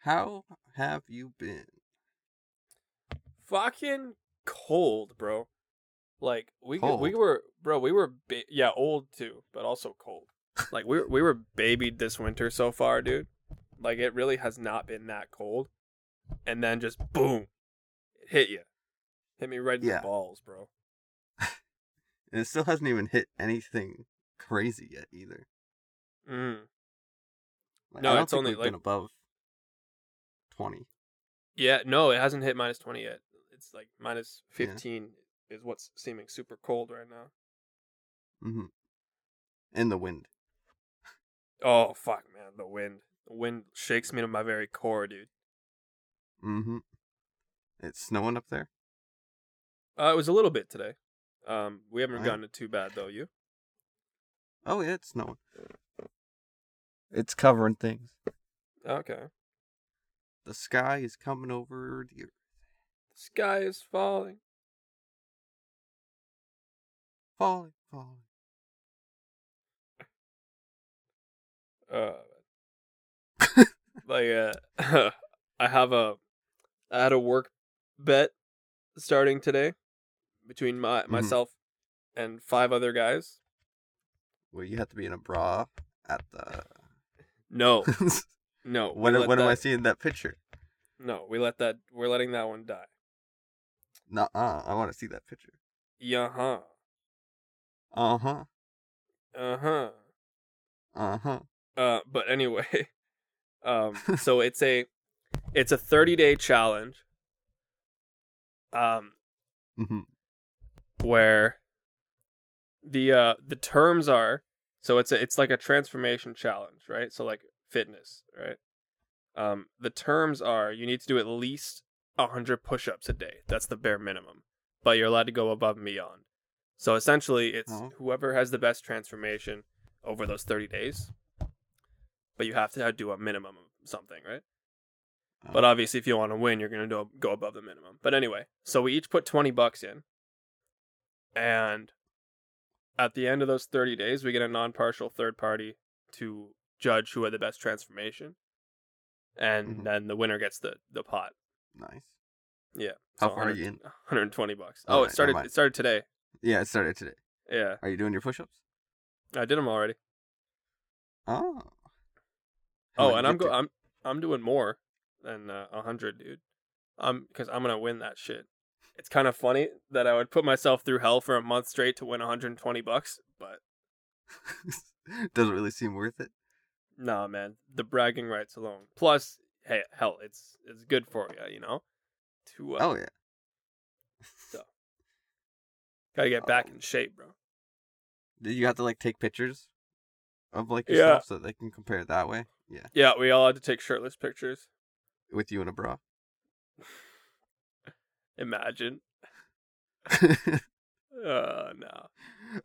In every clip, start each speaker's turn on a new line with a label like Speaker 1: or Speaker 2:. Speaker 1: How have you been?
Speaker 2: Fucking cold, bro. Like we
Speaker 1: Cold?
Speaker 2: we were bro, we were ba- yeah, old too, but also cold. like we we were babied this winter so far, dude. Like it really has not been that cold. And then just boom. It hit you. Hit me right in
Speaker 1: Yeah.
Speaker 2: the balls, bro.
Speaker 1: And it still hasn't even hit anything crazy yet either.
Speaker 2: Mm.
Speaker 1: Like,
Speaker 2: No,
Speaker 1: I don't
Speaker 2: it's
Speaker 1: think
Speaker 2: only,
Speaker 1: we've
Speaker 2: like-
Speaker 1: been above twenty.
Speaker 2: Yeah, no, it hasn't hit minus 20 yet. It's like minus
Speaker 1: Yeah.
Speaker 2: 15 is what's seeming super cold right now.
Speaker 1: Mm-hmm. In the wind.
Speaker 2: Oh, fuck, man. The wind. The wind shakes me to my very core, dude.
Speaker 1: Mm-hmm. It's snowing up there.
Speaker 2: Uh, it was a little bit today. Um, we haven't
Speaker 1: Alright.
Speaker 2: gotten it too bad, though. You?
Speaker 1: Oh yeah, it's snowing. It's covering things.
Speaker 2: Okay.
Speaker 1: The sky is coming over the earth.
Speaker 2: The sky is falling.
Speaker 1: Falling, falling.
Speaker 2: Uh, like, uh, I have a, I had a work bet starting today between my, myself and five other guys.
Speaker 1: Well, you have to be in a bra at the.
Speaker 2: No, no. Oh, we
Speaker 1: when
Speaker 2: let
Speaker 1: when am I
Speaker 2: that-
Speaker 1: seeing that picture?
Speaker 2: No, we let that. We're letting that one die.
Speaker 1: Nuh uh, I want to see that picture.
Speaker 2: Yeah, huh.
Speaker 1: Uh huh.
Speaker 2: Uh huh.
Speaker 1: Uh huh.
Speaker 2: Uh, but anyway, um, so it's a, it's a thirty day challenge. Um,
Speaker 1: hmm
Speaker 2: where the uh the terms are so it's a, it's like a transformation challenge, right? So like fitness, right? Um, the terms are you need to do at least hundred push ups a day. That's the bare minimum, but you're allowed to go above and beyond. So essentially, it's
Speaker 1: Oh.
Speaker 2: whoever has the best transformation over those thirty days. But you have to uh, do a minimum of something, right? But obviously, if you want to win, you're going to go above the minimum. But anyway, so we each put 20 bucks in. And at the end of those 30 days, we get a non partial third party to judge who had the best transformation. And
Speaker 1: Mhm.
Speaker 2: then the winner gets the, the pot.
Speaker 1: nice.
Speaker 2: Yeah.
Speaker 1: How
Speaker 2: So
Speaker 1: far are you
Speaker 2: 100
Speaker 1: in?
Speaker 2: 120 bucks.
Speaker 1: All right,
Speaker 2: oh, it
Speaker 1: never
Speaker 2: started
Speaker 1: mind.
Speaker 2: it started today.
Speaker 1: Yeah, it started today.
Speaker 2: Yeah.
Speaker 1: Are you doing your push-ups?
Speaker 2: I did them already.
Speaker 1: Oh. How
Speaker 2: Oh,
Speaker 1: many
Speaker 2: and
Speaker 1: you
Speaker 2: I'm
Speaker 1: get
Speaker 2: go-
Speaker 1: to?
Speaker 2: I'm I'm doing more than uh, 100, dude. Um cuz I'm going to win that shit. It's kind of funny that I would put myself through hell for a month straight to win 120 bucks, but
Speaker 1: Doesn't really seem worth it.
Speaker 2: nah, man, the bragging rights alone. Plus, hey, hell, it's it's good for you, you know. To uh,
Speaker 1: Oh yeah.
Speaker 2: got to get back
Speaker 1: um,
Speaker 2: in shape, bro.
Speaker 1: Did you have to like take pictures of like
Speaker 2: Yeah.
Speaker 1: yourself so that they can compare it that way? Yeah,
Speaker 2: Yeah, we all had to take shirtless pictures.
Speaker 1: with you in a bra.
Speaker 2: Imagine. Uh no.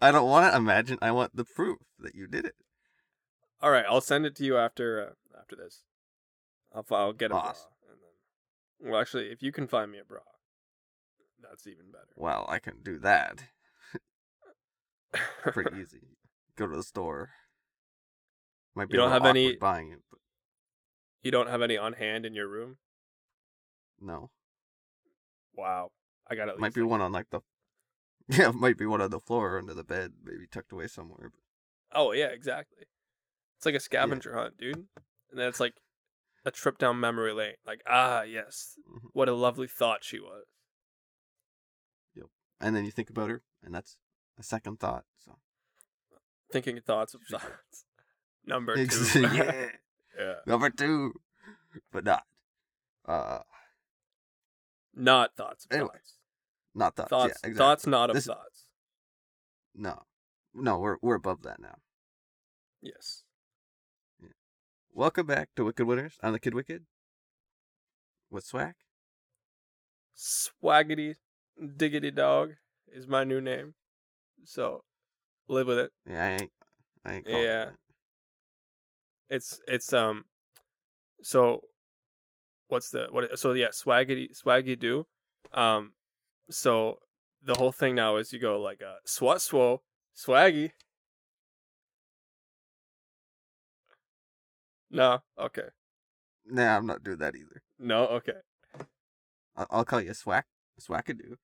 Speaker 1: I don't want to imagine. I want the proof that you did it.
Speaker 2: All right, I'll send it to you after uh, after this. I'll, fi- I'll get a
Speaker 1: Awesome.
Speaker 2: bra. And then, well, actually, if you can find me a bra, that's even better.
Speaker 1: Well, I can do that pretty easy. Go to the store. Might be
Speaker 2: You
Speaker 1: a
Speaker 2: don't
Speaker 1: little
Speaker 2: have any-
Speaker 1: awkward buying it, but
Speaker 2: you don't have any on hand in your room?
Speaker 1: no,
Speaker 2: Wow, I got at
Speaker 1: might
Speaker 2: least.
Speaker 1: be one on like the yeah, might be one on the floor or under the bed, maybe tucked away somewhere. But
Speaker 2: Oh yeah, exactly. It's like a scavenger hunt, dude. And then it's like a trip down memory lane. Like ah yes,
Speaker 1: Mhm.
Speaker 2: what a lovely thought she was.
Speaker 1: and then you think about her, and that's a second thought. So
Speaker 2: Thinking thoughts of thoughts. Number two.
Speaker 1: yeah,
Speaker 2: yeah.
Speaker 1: number two, but not uh
Speaker 2: Not thoughts of
Speaker 1: Anyway,
Speaker 2: thoughts.
Speaker 1: not thoughts.
Speaker 2: Thoughts.
Speaker 1: yeah, exactly.
Speaker 2: Thoughts not of
Speaker 1: This-
Speaker 2: thoughts.
Speaker 1: No, no, we're we're above that now.
Speaker 2: Yes.
Speaker 1: Welcome back to Wicked Winners. I'm the Kid Wicked. With swag.
Speaker 2: Swaggity Diggity Dog is my new name. So live with it.
Speaker 1: Yeah, I ain't. I ain't calling
Speaker 2: Yeah.
Speaker 1: yeah.
Speaker 2: It's it's um so what's the what so yeah, swaggity swaggy do. Um so the whole thing now is you go like uh swat swo swaggy. No, okay.
Speaker 1: Nah, I'm not doing that either.
Speaker 2: No, okay.
Speaker 1: I'll, I'll call you a swack, swackadoo.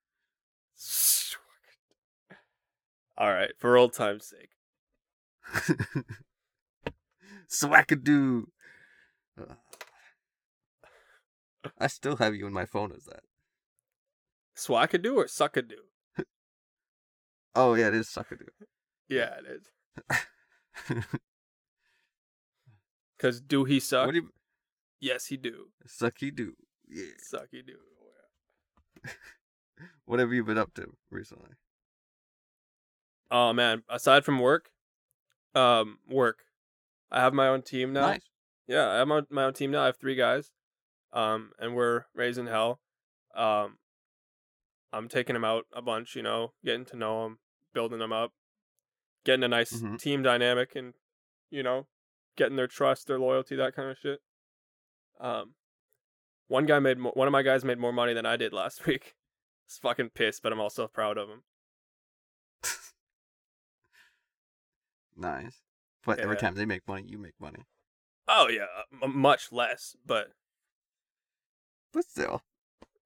Speaker 2: All right, for old time's sake.
Speaker 1: swackadoo. Ugh. I still have you in my phone as that.
Speaker 2: Swackadoo or suckadoo?
Speaker 1: Oh yeah, it is suckadoo.
Speaker 2: Yeah, it is. Because do he suck?
Speaker 1: What do you
Speaker 2: Yes, he do.
Speaker 1: sucky do? Yeah.
Speaker 2: Sucky do. Oh,
Speaker 1: What have you been up to recently?
Speaker 2: Oh, man. Aside from work, um, work. I have my own team now.
Speaker 1: Nice.
Speaker 2: Yeah, I have my, my own team now. I have three guys, um, and we're raising hell. Um, I'm taking them out a bunch, you know, getting to know them, building them up, getting a nice
Speaker 1: Mhm.
Speaker 2: team dynamic, and you know, getting their trust, their loyalty, that kind of shit. Um, one guy made mo- one of my guys made more money than I did last week. It's fucking pissed, but I'm also proud of him.
Speaker 1: Nice. But every
Speaker 2: Yeah.
Speaker 1: time they make money, you make money.
Speaker 2: Oh yeah, m- much less, but
Speaker 1: But still,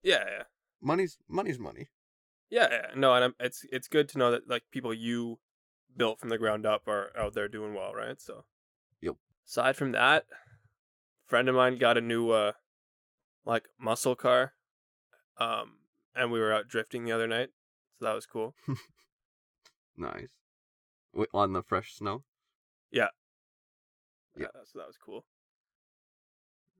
Speaker 2: yeah, yeah.
Speaker 1: money's money's money.
Speaker 2: Yeah, yeah, no, and I'm, it's it's good to know that like people you built from the ground up are out there doing well, right? So,
Speaker 1: Yep.
Speaker 2: Aside from that, friend of mine got a new uh like muscle car, um, and we were out drifting the other night, so that was cool.
Speaker 1: Nice. Wi- on the fresh snow.
Speaker 2: Yeah,
Speaker 1: Yep.
Speaker 2: Uh, so that was cool.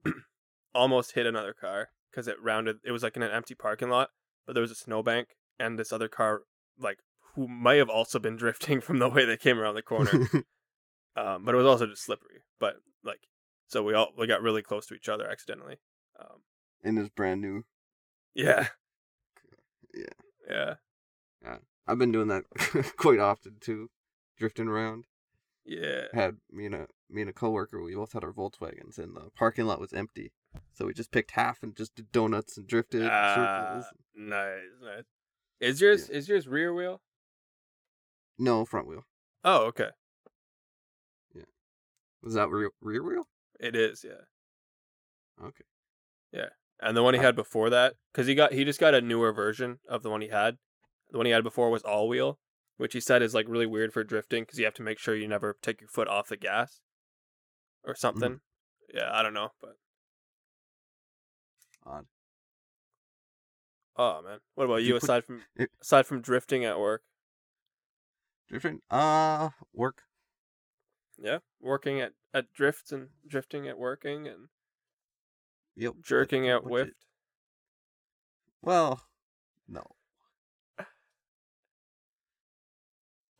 Speaker 2: Almost hit another car because it rounded. It was like in an empty parking lot, but there was a snowbank, and this other car, like who may have also been drifting from the way they came around the corner. um, but it was also just slippery. But like, so we all we got really close to each other accidentally. Um,
Speaker 1: In his brand new.
Speaker 2: yeah,
Speaker 1: Yeah.
Speaker 2: yeah,
Speaker 1: I've been doing that quite often too, drifting around.
Speaker 2: yeah.
Speaker 1: had me and a me and a coworker. We both had our Volkswagens, and the parking lot was empty, so we just picked half and just did donuts and drifted. in
Speaker 2: Ah.
Speaker 1: circles.
Speaker 2: Nice, nice. Is yours is yours rear wheel?
Speaker 1: No front wheel.
Speaker 2: Oh, okay.
Speaker 1: Was that rear rear wheel?
Speaker 2: It is, yeah.
Speaker 1: Okay.
Speaker 2: And the one he had before that, because he got he just got a newer version of the one he had. The one he had before was all wheel, which he said is like really weird for drifting because you have to make sure you never take your foot off the gas, or
Speaker 1: Hmm.
Speaker 2: something. Yeah, I don't know, but
Speaker 1: Odd.
Speaker 2: Oh man, what about
Speaker 1: Did
Speaker 2: you?
Speaker 1: you put-
Speaker 2: Aside from
Speaker 1: it-
Speaker 2: aside from drifting at work,
Speaker 1: Drifting. Uh, work.
Speaker 2: yeah, working at at drifts and drifting at working and
Speaker 1: Yep.
Speaker 2: jerking at
Speaker 1: What's
Speaker 2: whiff.
Speaker 1: it? Well, no.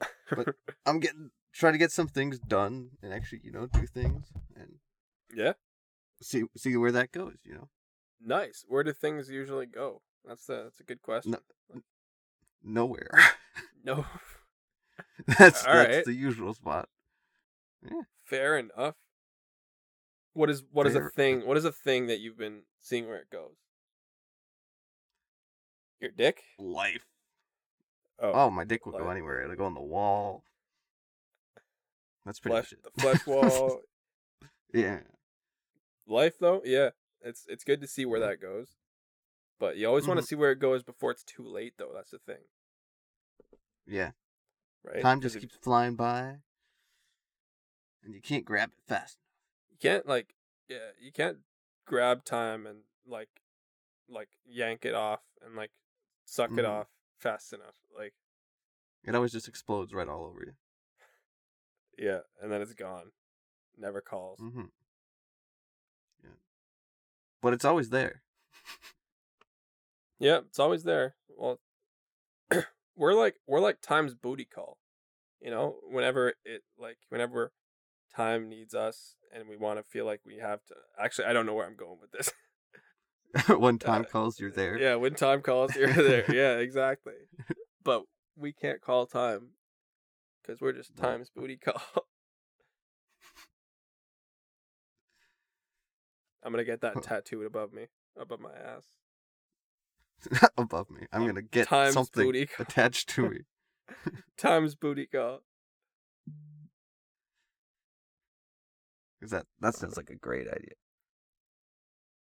Speaker 1: But- I'm getting trying to get some things done and actually, you know, do things and
Speaker 2: yeah,
Speaker 1: see see where that goes. You know,
Speaker 2: nice. Where do things usually go? That's the that's a good question.
Speaker 1: nowhere.
Speaker 2: No,
Speaker 1: that's that's
Speaker 2: All right.
Speaker 1: the usual spot.
Speaker 2: fair enough. What is what is a
Speaker 1: Fair-
Speaker 2: thing? What is a thing that you've been seeing where it goes? Your dick.
Speaker 1: Life.
Speaker 2: Oh,
Speaker 1: Oh, my dick would go
Speaker 2: Life.
Speaker 1: anywhere. It'll go on the wall. That's pretty
Speaker 2: flesh
Speaker 1: much it.
Speaker 2: the flesh wall.
Speaker 1: Yeah.
Speaker 2: life though yeah it's it's good to see where that goes but you always want to
Speaker 1: Mhm.
Speaker 2: see where it goes before it's too late though that's the thing
Speaker 1: Yeah.
Speaker 2: right
Speaker 1: Time
Speaker 2: 'Cause
Speaker 1: just
Speaker 2: if
Speaker 1: keeps flying by. And you can't grab it fast.
Speaker 2: you can't like yeah you can't grab time and like like yank it off and like suck it
Speaker 1: Mhm.
Speaker 2: off fast enough like
Speaker 1: It always just explodes right all over you.
Speaker 2: yeah and then it's gone never calls
Speaker 1: Mm-hmm. Yeah. But it's always there.
Speaker 2: yeah it's always there well we're like we're like time's booty call you know whenever it like whenever time needs us and we want to feel like we have to actually i don't know where i'm going with this
Speaker 1: when time
Speaker 2: Uh,
Speaker 1: calls, you're there.
Speaker 2: yeah when time calls you're there yeah exactly but we can't call time because we're just
Speaker 1: No.
Speaker 2: time's booty call i'm gonna get that tattooed above me above my ass
Speaker 1: Above me. I'm
Speaker 2: Um,
Speaker 1: going to get
Speaker 2: time's
Speaker 1: something
Speaker 2: booty call.
Speaker 1: attached to me.
Speaker 2: time's booty call
Speaker 1: Cause that, that sounds like a great idea.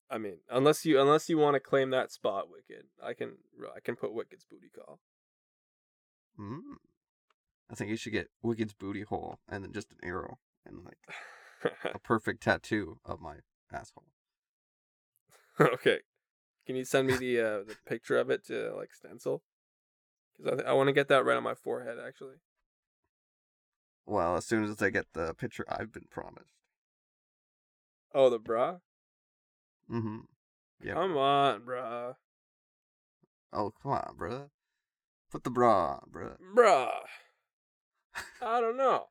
Speaker 2: I mean, unless you unless you want to claim that spot, Wicked, I can I can put Wicked's booty call. Mm-hmm.
Speaker 1: Mm. I think you should get Wicked's booty hole and then just an arrow and like
Speaker 2: Uh
Speaker 1: a perfect tattoo of my asshole.
Speaker 2: okay, can you send me the uh, the picture of it to like stencil? Because I th- I want to get that right on my forehead actually.
Speaker 1: Well, as soon as I get the picture I've been promised.
Speaker 2: Oh, the bra.
Speaker 1: Mm-hmm. Yeah.
Speaker 2: Come on, bruh.
Speaker 1: Oh, come on, bruh. Put the bra on, bruh.
Speaker 2: Bruh. I don't know.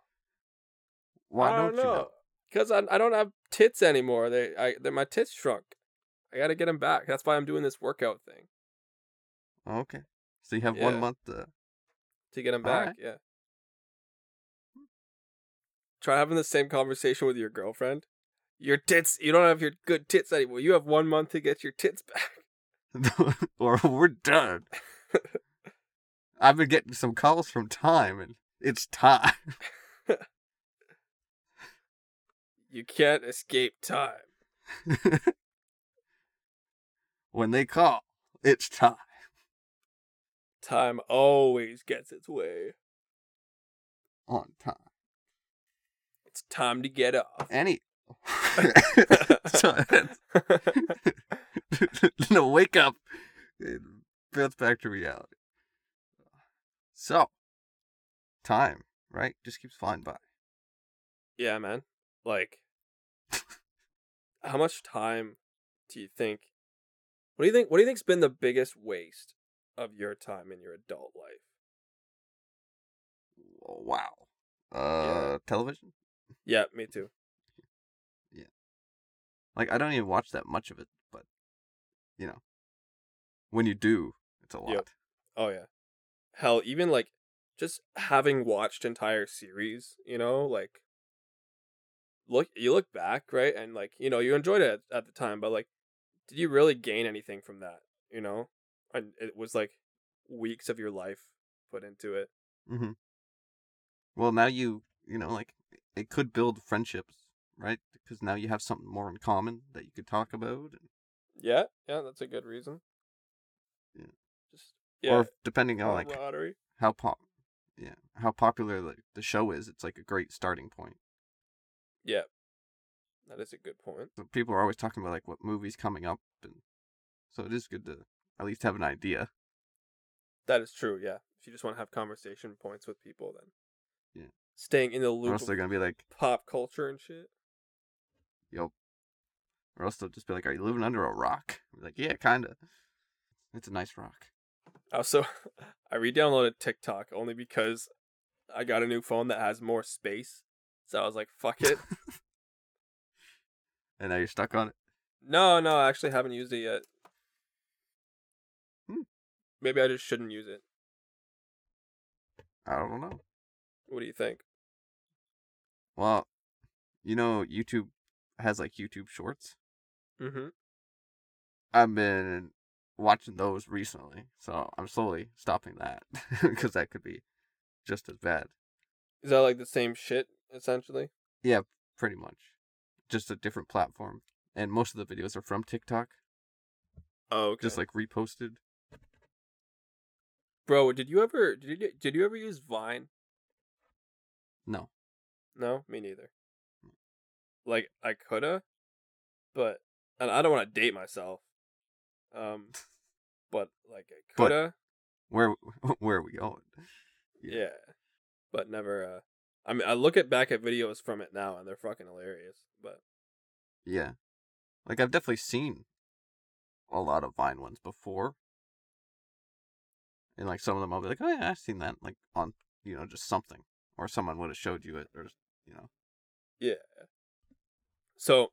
Speaker 1: Why
Speaker 2: I
Speaker 1: don't,
Speaker 2: don't
Speaker 1: you
Speaker 2: know.
Speaker 1: know?
Speaker 2: Because I, I don't have tits anymore. They I they, my tits shrunk. I gotta get them back. That's why I'm doing this workout thing
Speaker 1: Okay. So you have one
Speaker 2: Yeah.
Speaker 1: month to.
Speaker 2: to get them
Speaker 1: All
Speaker 2: back.
Speaker 1: right.
Speaker 2: Yeah. Try having the same conversation with your girlfriend. Your tits. You don't have your good tits anymore. You have one month to get your tits back.
Speaker 1: or we're done. I've been getting some calls from time, and it's time.
Speaker 2: You can't escape time.
Speaker 1: when they call, it's time.
Speaker 2: Time always gets its way.
Speaker 1: On time.
Speaker 2: It's time to get off.
Speaker 1: Any. so, no, wake up. It bounce back to reality. So, time, right? Just keeps flying by.
Speaker 2: Yeah, man. Like, how much time do you think? What do you think? What do you think's been the biggest waste of your time in your adult life?
Speaker 1: Oh, Wow. Uh, television?
Speaker 2: Yeah, me too.
Speaker 1: Like, I don't even watch that much of it, but, you know, when you do, it's a lot.
Speaker 2: Yep. Oh yeah. Hell, even like just having watched entire series, you know, like look you look back, right? And like, you know, you enjoyed it at, at the time, but like did you really gain anything from that, you know? And it was like weeks of your life put into it.
Speaker 1: Mm-hmm. Well, now you, you know, like, it could build friendships, right? Because now you have something more in common that you could talk about. And,
Speaker 2: Yeah, yeah, that's a good reason.
Speaker 1: Yeah.
Speaker 2: Just yeah,
Speaker 1: Hmm.
Speaker 2: Oh,
Speaker 1: Or depending on, like,
Speaker 2: camaraderie.
Speaker 1: how pop yeah how popular like the show is it's like a great starting point
Speaker 2: Yeah, that is a good point.
Speaker 1: so people are always talking about like what movies coming up and so it is good to at least have an idea
Speaker 2: That is true. Yeah, if you just want to have conversation points with people, then
Speaker 1: Yeah.
Speaker 2: staying in the
Speaker 1: or
Speaker 2: loop
Speaker 1: else
Speaker 2: of
Speaker 1: they're gonna be like
Speaker 2: pop culture and shit.
Speaker 1: yep or else they'll just be like are you living under a rock I'm like yeah kinda it's a nice rock
Speaker 2: Also, I re-downloaded TikTok only because I got a new phone that has more space, so I was like, "Fuck it."
Speaker 1: and now you're stuck on it
Speaker 2: no, no, I actually haven't used it yet.
Speaker 1: Hmm.
Speaker 2: Maybe I just shouldn't use it.
Speaker 1: I don't know
Speaker 2: What do you think?
Speaker 1: well you know YouTube has like YouTube Shorts
Speaker 2: Mm-hmm.
Speaker 1: I've been watching those recently so I'm slowly stopping that because that could be just as bad
Speaker 2: Is that like the same shit essentially?
Speaker 1: pretty much just a different platform and most of the videos are from tiktok
Speaker 2: Oh, okay.
Speaker 1: just like reposted
Speaker 2: Bro, did you ever did you did you ever use Vine?
Speaker 1: no
Speaker 2: No, me neither. Like I coulda, but and I don't want to date myself. Um, but like I
Speaker 1: But-
Speaker 2: coulda,
Speaker 1: where where are we going
Speaker 2: yeah. But never. Uh, I mean, I look at back at videos from it now, and they're fucking hilarious. But
Speaker 1: yeah like i've definitely seen a lot of vine ones before and like some of them i'll be like oh yeah i've seen that like on you know just something or someone would have showed you it or you know
Speaker 2: so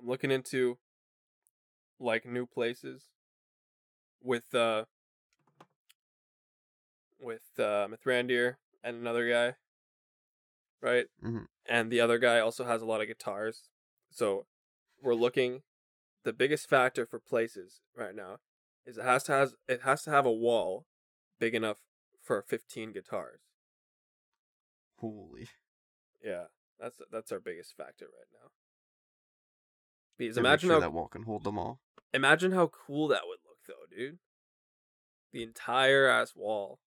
Speaker 2: I'm looking into like new places with uh with uh Mithrandir and another guy. Right?
Speaker 1: Mhm.
Speaker 2: And the other guy also has a lot of guitars. So we're looking the biggest factor for places right now is it has to has it has to have a wall big enough for 15 guitars.
Speaker 1: holy
Speaker 2: Yeah. That's that's our biggest factor right now. Because
Speaker 1: To make
Speaker 2: imagine
Speaker 1: sure
Speaker 2: how
Speaker 1: that wall can hold them all.
Speaker 2: imagine how cool that would look though, dude. The entire ass wall.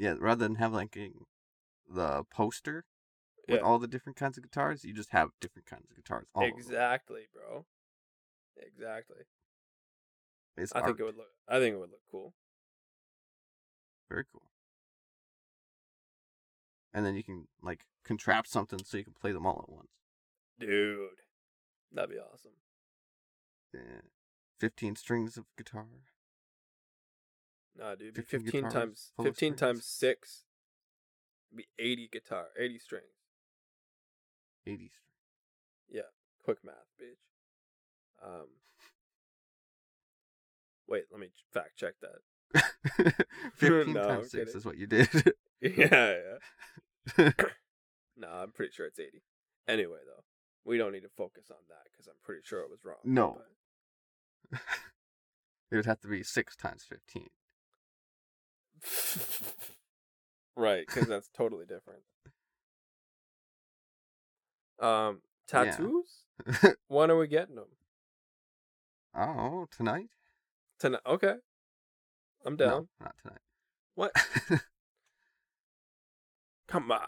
Speaker 1: Yeah, rather than have like a, the poster with
Speaker 2: Yeah.
Speaker 1: all the different kinds of guitars, you just have different kinds of guitars. All of them.
Speaker 2: exactly, bro. Exactly.
Speaker 1: It's
Speaker 2: I think
Speaker 1: art.
Speaker 2: it would look I think it would look cool.
Speaker 1: very cool. And then you can like contract something so you can play them all at once.
Speaker 2: Dude. That'd be awesome.
Speaker 1: Yeah. Fifteen strings of guitar.
Speaker 2: Nah, dude, be
Speaker 1: 15
Speaker 2: fifteen,
Speaker 1: guitars
Speaker 2: times
Speaker 1: full of
Speaker 2: fifteen
Speaker 1: strings.
Speaker 2: times six. Be eighty guitar, eighty strings.
Speaker 1: Eighty strings.
Speaker 2: Quick math, bitch. Um. Wait, let me fact check that.
Speaker 1: 15
Speaker 2: No, I'm
Speaker 1: times 6
Speaker 2: kidding.
Speaker 1: is what you did.
Speaker 2: yeah, yeah. No, I'm pretty sure it's 80. Anyway, though, we don't need to focus on that because I'm pretty sure it was wrong.
Speaker 1: No.
Speaker 2: but-
Speaker 1: it would have to be 6 times 15.
Speaker 2: right, because that's totally different. Um,
Speaker 1: Yeah.
Speaker 2: tattoos? When are we getting them?
Speaker 1: oh, tonight?
Speaker 2: Tonight? Okay. I'm down.
Speaker 1: No, not tonight.
Speaker 2: What? Come on.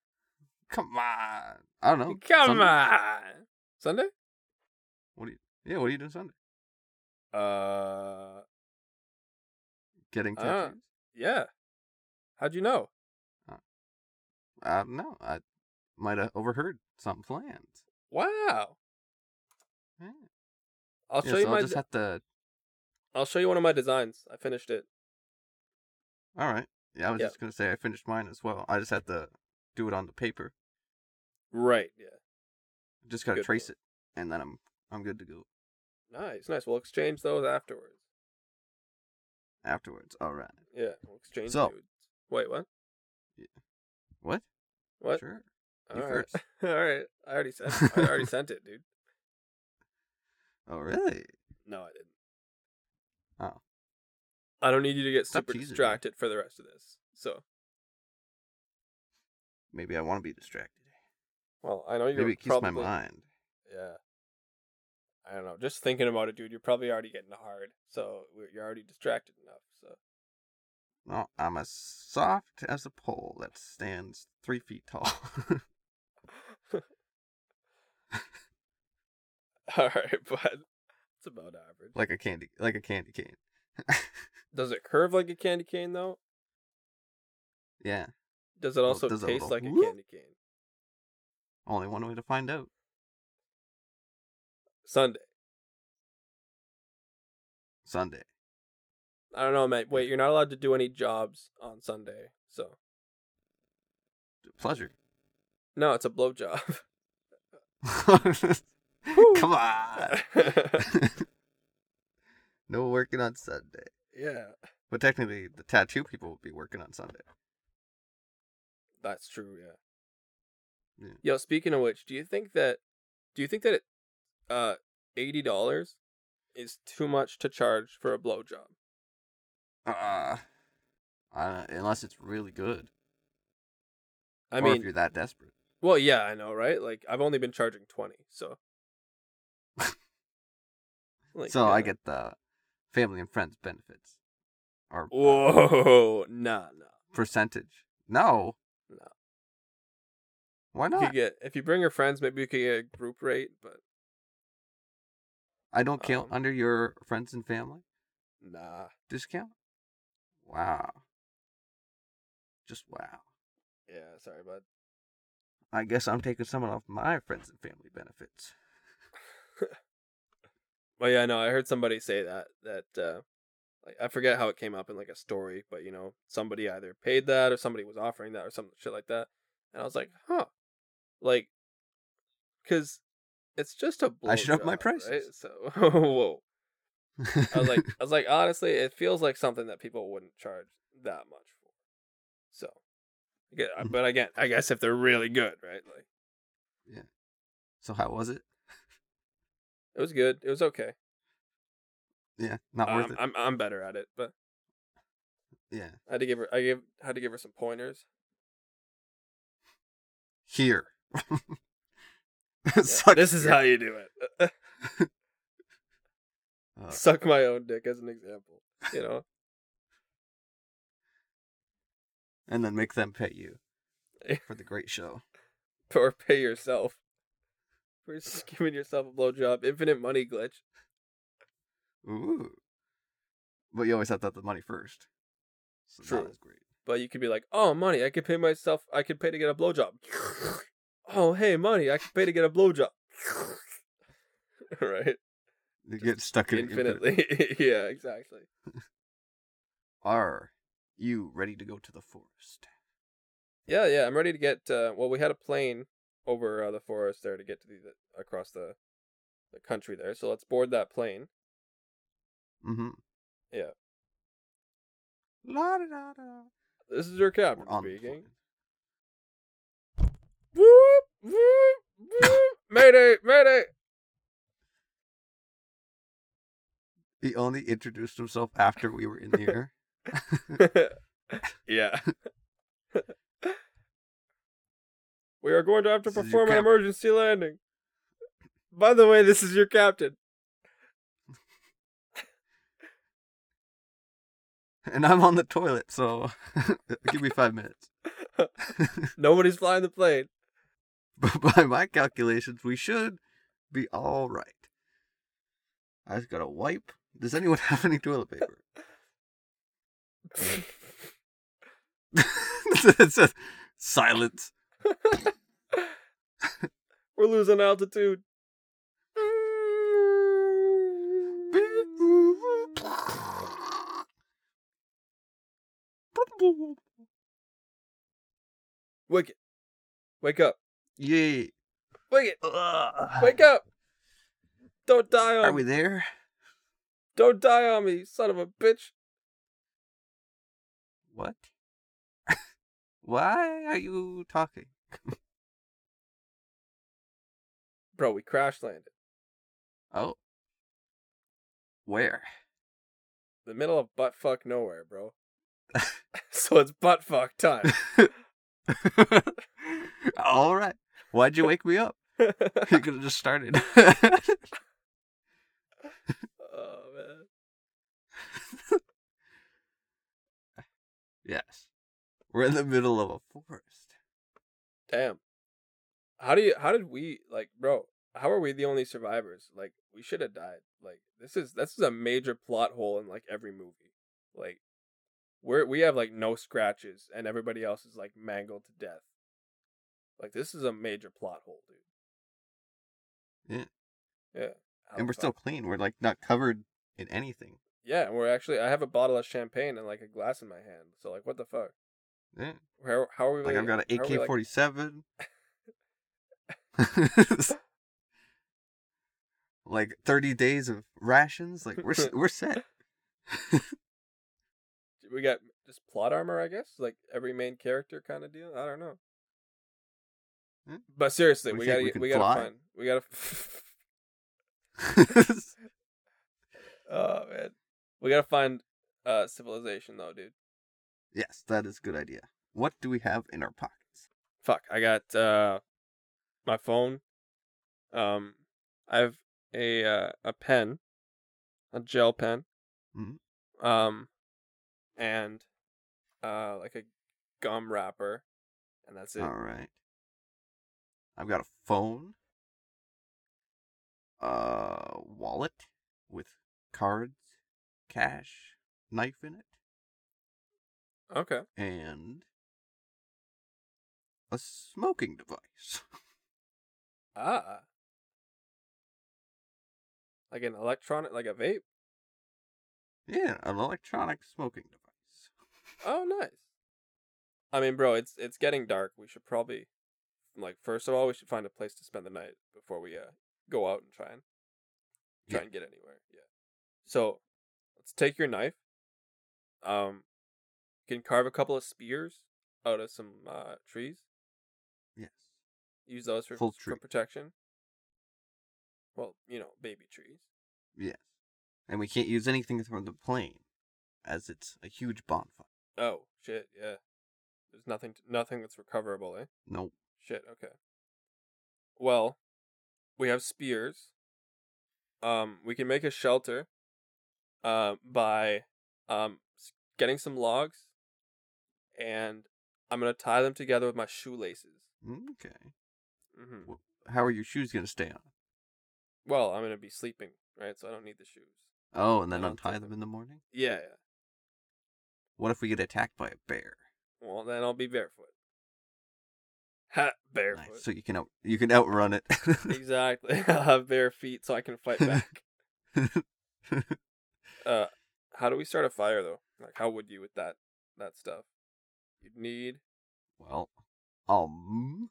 Speaker 1: Come on. I don't know.
Speaker 2: Come
Speaker 1: Oh, Sunday?
Speaker 2: on. Sunday?
Speaker 1: Yeah, what are you doing Sunday?
Speaker 2: Uh,
Speaker 1: Getting
Speaker 2: Ah.
Speaker 1: tattoos?
Speaker 2: yeah. How'd you know?
Speaker 1: I don't know. Uh, I might have overheard some plans.
Speaker 2: Wow.
Speaker 1: Yeah.
Speaker 2: I'll
Speaker 1: Yeah,
Speaker 2: show you
Speaker 1: so
Speaker 2: my.
Speaker 1: I'll just have to.
Speaker 2: I'll show you one of my designs. I finished it.
Speaker 1: All right. Yeah, I was
Speaker 2: Yeah.
Speaker 1: just going to say I finished mine as well. I just have to do it on the paper.
Speaker 2: Right. Yeah.
Speaker 1: Just got to
Speaker 2: Good
Speaker 1: trace
Speaker 2: boy.
Speaker 1: it, and then I'm I'm good to go
Speaker 2: Nice. Nice. We'll exchange those afterwards.
Speaker 1: afterwards. All right.
Speaker 2: Yeah. We'll exchange
Speaker 1: So-
Speaker 2: nudes. Wait. What?
Speaker 1: What?
Speaker 2: What?
Speaker 1: Sure.
Speaker 2: All
Speaker 1: You
Speaker 2: right.
Speaker 1: first.
Speaker 2: All right. I already sent. I already sent it, dude.
Speaker 1: Oh, really?
Speaker 2: No, I didn't.
Speaker 1: Oh.
Speaker 2: I don't need you to get
Speaker 1: Stop
Speaker 2: super
Speaker 1: teasing me.
Speaker 2: distracted for the rest of this. So,
Speaker 1: Maybe I want to be distracted.
Speaker 2: well, I know you're
Speaker 1: Maybe it keeps
Speaker 2: probably
Speaker 1: my mind.
Speaker 2: Yeah. I don't know. Just thinking about it, dude. You're probably already getting hard. So we're- you're already distracted enough. So
Speaker 1: No, I'm as soft as a pole that stands three feet tall.
Speaker 2: all right, but it's about average.
Speaker 1: like a candy like a candy cane.
Speaker 2: Does it curve like a candy cane though?
Speaker 1: Yeah.
Speaker 2: Does it
Speaker 1: Well,
Speaker 2: also
Speaker 1: does it a
Speaker 2: taste
Speaker 1: little
Speaker 2: like a
Speaker 1: whoop?
Speaker 2: candy cane?
Speaker 1: Only one way to find out.
Speaker 2: Sunday.
Speaker 1: Sunday.
Speaker 2: I don't know, man. Wait, you're not allowed to do any jobs on Sunday. So
Speaker 1: Pleasure.
Speaker 2: no, it's a blowjob.
Speaker 1: Come on. no working on Sunday.
Speaker 2: yeah,
Speaker 1: But technically the tattoo people will be working on Sunday.
Speaker 2: that's true. Yeah.
Speaker 1: Yeah.
Speaker 2: Yo, speaking of which, do you think that, do you think that, it, uh, eighty dollars is too much to charge for a blowjob?
Speaker 1: Uh I, Uh, unless it's really good.
Speaker 2: I
Speaker 1: or if
Speaker 2: mean,
Speaker 1: you're that desperate.
Speaker 2: well, yeah, I know, right? Like, I've only been charging twenty, so. Like,
Speaker 1: so I
Speaker 2: yeah.
Speaker 1: get the family and friends benefits. Or uh,
Speaker 2: Whoa, nah, nah.
Speaker 1: percentage. No.
Speaker 2: No.
Speaker 1: Why
Speaker 2: You
Speaker 1: not?
Speaker 2: could get if you bring your friends, maybe you could get a group rate, but
Speaker 1: I don't count
Speaker 2: Um,
Speaker 1: under your friends and family
Speaker 2: nah.
Speaker 1: discount. Wow. Just wow.
Speaker 2: Yeah, sorry, bud.
Speaker 1: I guess I'm taking someone off my friends and family benefits.
Speaker 2: Well, yeah, no, I heard somebody say that that uh like I forget how it came up in like a story, but you know, somebody either paid that or somebody was offering that or some shit like that, and I was like, huh, like, cause it's just a blow
Speaker 1: I should up my
Speaker 2: prices.
Speaker 1: prices.
Speaker 2: So whoa, I was like, I was like, honestly, it feels like something that people wouldn't charge that much for. So, yeah, but again, I guess if they're really good, right? Like,
Speaker 1: so how was it?
Speaker 2: it was good. It was okay.
Speaker 1: Yeah, not worth
Speaker 2: Um,
Speaker 1: it.
Speaker 2: I'm I'm better at it, but
Speaker 1: yeah,
Speaker 2: I had to give her I gave had to give her some pointers.
Speaker 1: here.
Speaker 2: Yeah, this is how you do it.
Speaker 1: Uh,
Speaker 2: Suck my own dick as an example. You know,
Speaker 1: and then make them pay you for the great show.
Speaker 2: or pay yourself. We're just giving yourself a blowjob. Infinite money glitch.
Speaker 1: Ooh. But you always have to have the money first. So
Speaker 2: True.
Speaker 1: that is great.
Speaker 2: But you could be like, oh, money, I could pay myself. I could pay to get a blowjob. oh, hey, money, I could pay to get a blowjob. right?
Speaker 1: You get stuck in infinite.
Speaker 2: Infinitely. yeah, exactly.
Speaker 1: Are you ready to go to the forest?
Speaker 2: Yeah, yeah, I'm ready to get. Uh, well, we had a plane over uh, the forest there to get to the, the across the the country there. So let's board that plane.
Speaker 1: Mm-hmm.
Speaker 2: Yeah.
Speaker 1: La da da da.
Speaker 2: This is your captain
Speaker 1: We're on the
Speaker 2: speaking.
Speaker 1: plane.
Speaker 2: Whoop, whoop, whoop. Mayday, mayday.
Speaker 1: He only introduced himself after we were in the air.
Speaker 2: yeah. we are going to have to
Speaker 1: This is your
Speaker 2: perform an
Speaker 1: cap-
Speaker 2: emergency landing. By the way, this is your captain.
Speaker 1: And I'm on the toilet, so give me five minutes.
Speaker 2: Nobody's flying the plane.
Speaker 1: But by my calculations, we should be all right. I just gotta wipe. Does anyone have any toilet paper? it says silence.
Speaker 2: We're losing altitude. Wicket. Wake up.
Speaker 1: Yeah.
Speaker 2: Wicket. Wake up. Don't die
Speaker 1: Uh, Are
Speaker 2: on
Speaker 1: we
Speaker 2: me.
Speaker 1: there?
Speaker 2: Don't die on me, son of a bitch.
Speaker 1: What? Why are you talking?
Speaker 2: Bro, we crash landed.
Speaker 1: Oh. Where?
Speaker 2: The middle of butt fuck nowhere, bro. so it's butt fuck time.
Speaker 1: All right. Why'd you wake me up? You could have just started.
Speaker 2: oh man.
Speaker 1: yes. We're in the middle of a forest.
Speaker 2: Damn. How do you how did we like bro, how are we the only survivors? Like we should have died. Like this is this is a major plot hole in like every movie. Like we're we have like no scratches and everybody else is like mangled to death. Like this is a major plot hole, dude. Yeah. Yeah. How
Speaker 1: and we're
Speaker 2: the Oh, fuck-
Speaker 1: still clean. We're like not covered in anything.
Speaker 2: Yeah, and we're actually I have a bottle of champagne and like a glass in my hand. So like what the fuck?
Speaker 1: Yeah.
Speaker 2: How how are we
Speaker 1: Like I've got an
Speaker 2: how are we,
Speaker 1: AK
Speaker 2: like-
Speaker 1: forty seven. Like thirty days of rations. Like we're s- we're set.
Speaker 2: we got just plot armor, I guess, like every main character kind of deal. I don't know.
Speaker 1: Hmm?
Speaker 2: But seriously,
Speaker 1: We
Speaker 2: we
Speaker 1: think
Speaker 2: gotta
Speaker 1: we
Speaker 2: we,
Speaker 1: can
Speaker 2: we gotta
Speaker 1: fly?
Speaker 2: find we gotta. oh man, we gotta find uh civilization though, dude.
Speaker 1: yes, that is a good idea. What do we have in our pockets?
Speaker 2: Fuck, I got uh my phone. Um, I have a uh, a pen, a gel pen.
Speaker 1: Mhm.
Speaker 2: Um, and uh like a gum wrapper, and that's it.
Speaker 1: All right. I've got a phone, a wallet with cards, cash, knife in it,
Speaker 2: Okay.
Speaker 1: and a smoking device.
Speaker 2: Ah. Like an electronic, like a vape.
Speaker 1: Yeah, an electronic smoking device.
Speaker 2: Oh, nice. I mean, bro, it's it's getting dark. We should probably, like, first of all, we should find a place to spend the night before we uh go out and try and try
Speaker 1: Yeah.
Speaker 2: and get anywhere. Yeah. So, let's take your knife. Um, you can carve a couple of spears out of some uh trees.
Speaker 1: Yes.
Speaker 2: Use those for
Speaker 1: Full
Speaker 2: for
Speaker 1: tree.
Speaker 2: protection. Well, you know, baby trees.
Speaker 1: Yes. And we can't use anything from the plane, as it's a huge bonfire.
Speaker 2: Oh shit! Yeah. There's nothing, nothing that's recoverable, eh?
Speaker 1: Nope.
Speaker 2: Shit. Okay. Well, we have spears. Um, we can make a shelter. Uh, by um s- getting some logs, and I'm gonna tie them together with my shoelaces.
Speaker 1: Okay.
Speaker 2: hmm
Speaker 1: How are your shoes gonna stay on?
Speaker 2: Well, I'm gonna be sleeping, right? So I don't need the shoes.
Speaker 1: Oh, and then
Speaker 2: I'll
Speaker 1: untie
Speaker 2: take
Speaker 1: them in the morning.
Speaker 2: Yeah. yeah.
Speaker 1: What if we get attacked by a bear?
Speaker 2: Well, then I'll be barefoot. Ha! Barefoot.
Speaker 1: Nice. So you can out you can outrun it.
Speaker 2: exactly. I'll have bare feet so I can fight back. uh, how do we start a fire though? Like, how would you with that that stuff? You'd need.
Speaker 1: well, um,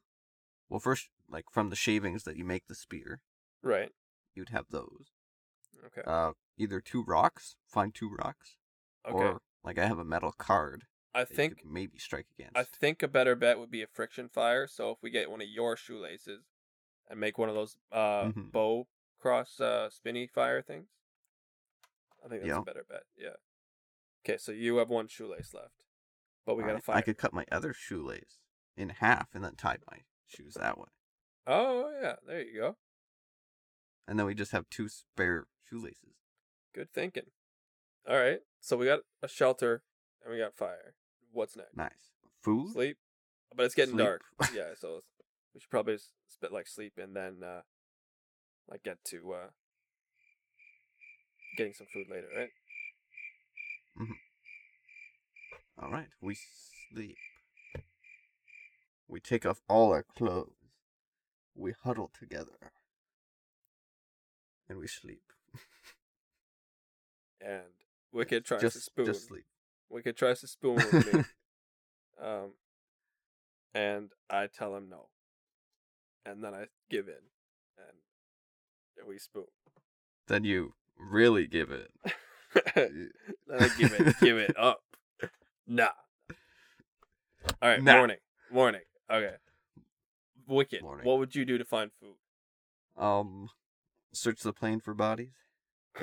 Speaker 1: well first, like from the shavings that you make the spear,
Speaker 2: Right.
Speaker 1: you'd have those.
Speaker 2: Okay.
Speaker 1: Uh, either two rocks, find two rocks,
Speaker 2: Okay.
Speaker 1: Uh, or like I have a metal card.
Speaker 2: I
Speaker 1: that you
Speaker 2: think
Speaker 1: could maybe strike against.
Speaker 2: I think a better bet would be a friction fire. So if we get one of your shoelaces and make one of those uh
Speaker 1: Mhm.
Speaker 2: bow cross uh spinny fire things, I think that's
Speaker 1: Yeah.
Speaker 2: a better bet. Yeah. Okay, so you have one shoelace left, but we got
Speaker 1: I,
Speaker 2: to fire.
Speaker 1: I could cut my other shoelace in half and then tie my shoes that way,
Speaker 2: Oh yeah, there you go.
Speaker 1: and then we just have two spare shoelaces.
Speaker 2: Good thinking. All right, so we got a shelter and we got fire. What's next?
Speaker 1: Nice food.
Speaker 2: Sleep, but it's getting
Speaker 1: Mm-hmm. Sleep.
Speaker 2: dark. Yeah, so it's- we should probably s- spit like sleep and then uh like get to uh getting some food later, right?
Speaker 1: All right, we sleep. We take off all our clothes. We huddle together. And we sleep.
Speaker 2: And Wicked tries
Speaker 1: just,
Speaker 2: to spoon.
Speaker 1: Just sleep.
Speaker 2: Wicked tries to spoon with me. um, and I tell him no, and then I give in, and we spoon.
Speaker 1: then you really give it.
Speaker 2: then I Uh, give it, give it up. Nah. All right,
Speaker 1: Nah.
Speaker 2: morning, morning. Okay, Wicked.
Speaker 1: Morning.
Speaker 2: What would you do to find food?
Speaker 1: Um, search the plane for bodies.